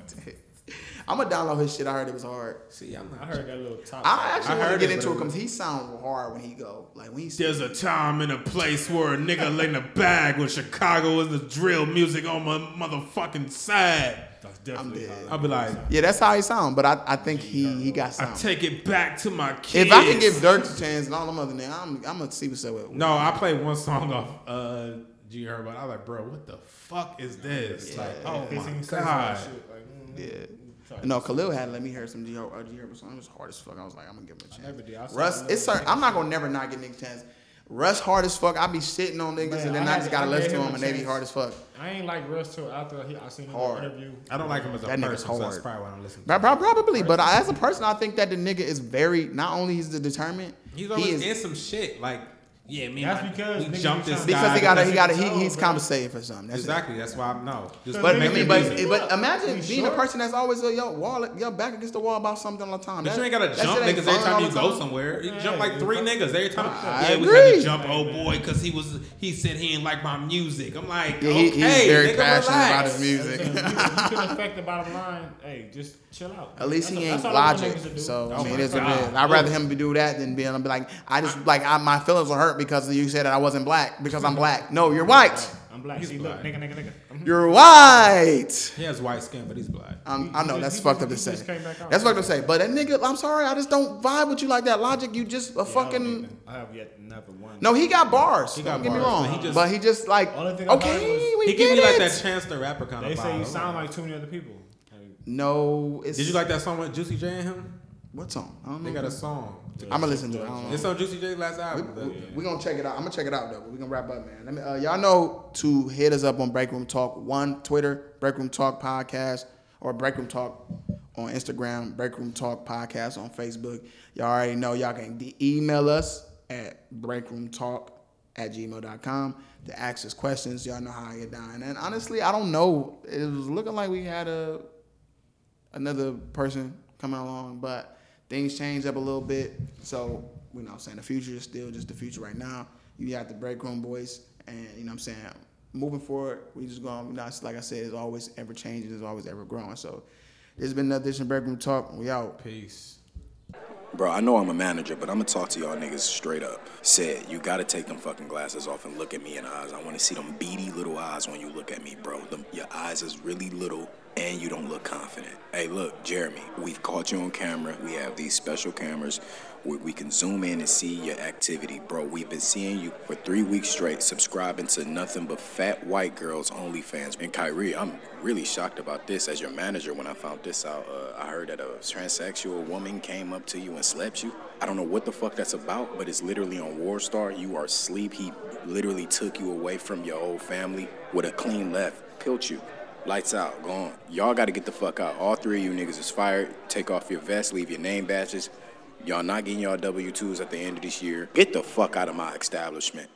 I'm gonna download his shit. I heard it was hard. See, I'm I not. heard that little top. I actually I want to heard get it, into it but it because he sound hard when he go. Like when he There's a time and a place where a nigga laid in a bag when Chicago is the drill music on my motherfucking side. That's I'm definitely. dead. I'll be like, Yeah, that's how he sound, but I, I think he he got I sound. take it back to my kids. If I can give Dirk a chance and all them other niggas, I'm I'm gonna see what's up with. No, I played one song off uh, G Herbo. I was like, bro, what the fuck is this? like, oh His my insane god. shit, like, mm, Yeah. sorry. No, Khalil had let me hear some G uh, G Herbo song. It was hard as fuck. I was like, I'm gonna give him a never did. I chance. saw Russ, him it's certain. I'm not gonna never not get niggas chance. Russ hard as fuck. I be shitting on niggas Man, and then I I, had just to- I gotta gave listen to him a them and they be chance. hard as fuck. I ain't like Russ till after he, I seen him in Hard. an interview. I don't like him as a That nigga's person, so that's hard. probably why I don't listen. To Prob- him. prob- Probably, but I- as a person, I think that the nigga is very. Not only he's determined, He's he always is in some shit. Like, yeah, me. That's and my- because we niggas jumped be this trying- because he guy got gotta- he got because he he, can he's tell, bro. compensating for something. That's it. Exactly. That's why I'm no. Just But Nigga, I make mean, you it but, busy. easy. but imagine You being a short. person that's always uh, your wall, your back against the wall about something all the time. But That- you ain't gotta that jump shit ain't niggas fun every time all you the go somewhere. You Yeah, jump like dude, three fuck niggas every time. I yeah, we had agree. to jump old boy because he was he said he didn't like my music. I'm like, Yeah, he- okay, he's very nigga, passionate relax. about his If music. you can affect the bottom line, hey, just chill out. At least That's he a- ain't that's all I want logic. niggas to do. So I Oh mean, my it is what it God. is. I'd rather him do that than being be like, I just like I, my feelings are hurt because you said that I wasn't black because I'm black. No, you're white. I'm black. He's See, look, black. nigga, nigga, nigga. Mhm. You're white. He has white skin, but he's black. Um, He- I he know just- that's he fucked just- up to he say. just came back out. That's fucked up to say. But that nigga, I'm sorry, I just don't vibe with you like that. Logic, you just a Yeah, I don't fucking. even- I have yet never one. No, he got bars. He got don't get me bars, wrong. but he just- but he just like Only thing I heard okay, was- we He get gave me it. like that chance the rapper kind They of vibe. say you I'm sound like too many other people. Like, No, it's Did you like that song with Juicy J and him? what song? I don't know. They got a song. I'm gonna listen to it. I don't know. It's on Juicy J's last album. though. We're gonna check it out. I'm gonna check it out though. We're gonna wrap up, man. Let me uh, y'all know to hit us up on Break Room Talk One Twitter, Break Room Talk Podcast, or Break Room Talk on Instagram, Break Room Talk Podcast on Facebook. Y'all already know y'all can d- email us at breakroomtalk at gmail.com to ask us questions. Y'all know how I get down. And honestly, I don't know. It was looking like we had a another person coming along, but things change up a little bit. So, you know, what I'm saying the future is still just the future right now. You got the break room boys, and you know what I'm saying. Moving forward, we just going. You know, it's like I said, it's always ever changing. It's always ever growing. So, this has been another edition of Break Room Talk. We out. Peace. Bro, I know I'm a manager, but I'm gonna talk to y'all niggas straight up. Said, you gotta take them fucking glasses off and look at me in the eyes. I wanna see them beady little eyes when you look at me, bro. Them, your eyes is really little and you don't look confident. Hey, look, Jeremy, we've caught you on camera. We have these special cameras where we can zoom in and see your activity, bro. We've been seeing you for three weeks straight subscribing to nothing but fat white girls OnlyFans. And Kyrie, I'm really shocked about this as your manager when I found this out. Uh, I heard that a transsexual woman came up to you and slept you. I don't know what the fuck that's about, but it's literally on Warstar. You are asleep. He literally took you away from your old family with a clean left, killed you. Lights out, gone. Y'all gotta get the fuck out. All three of you niggas is fired. Take off your vests, leave your name badges. Y'all not getting y'all W 2s at the end of this year. Get the fuck out of my establishment.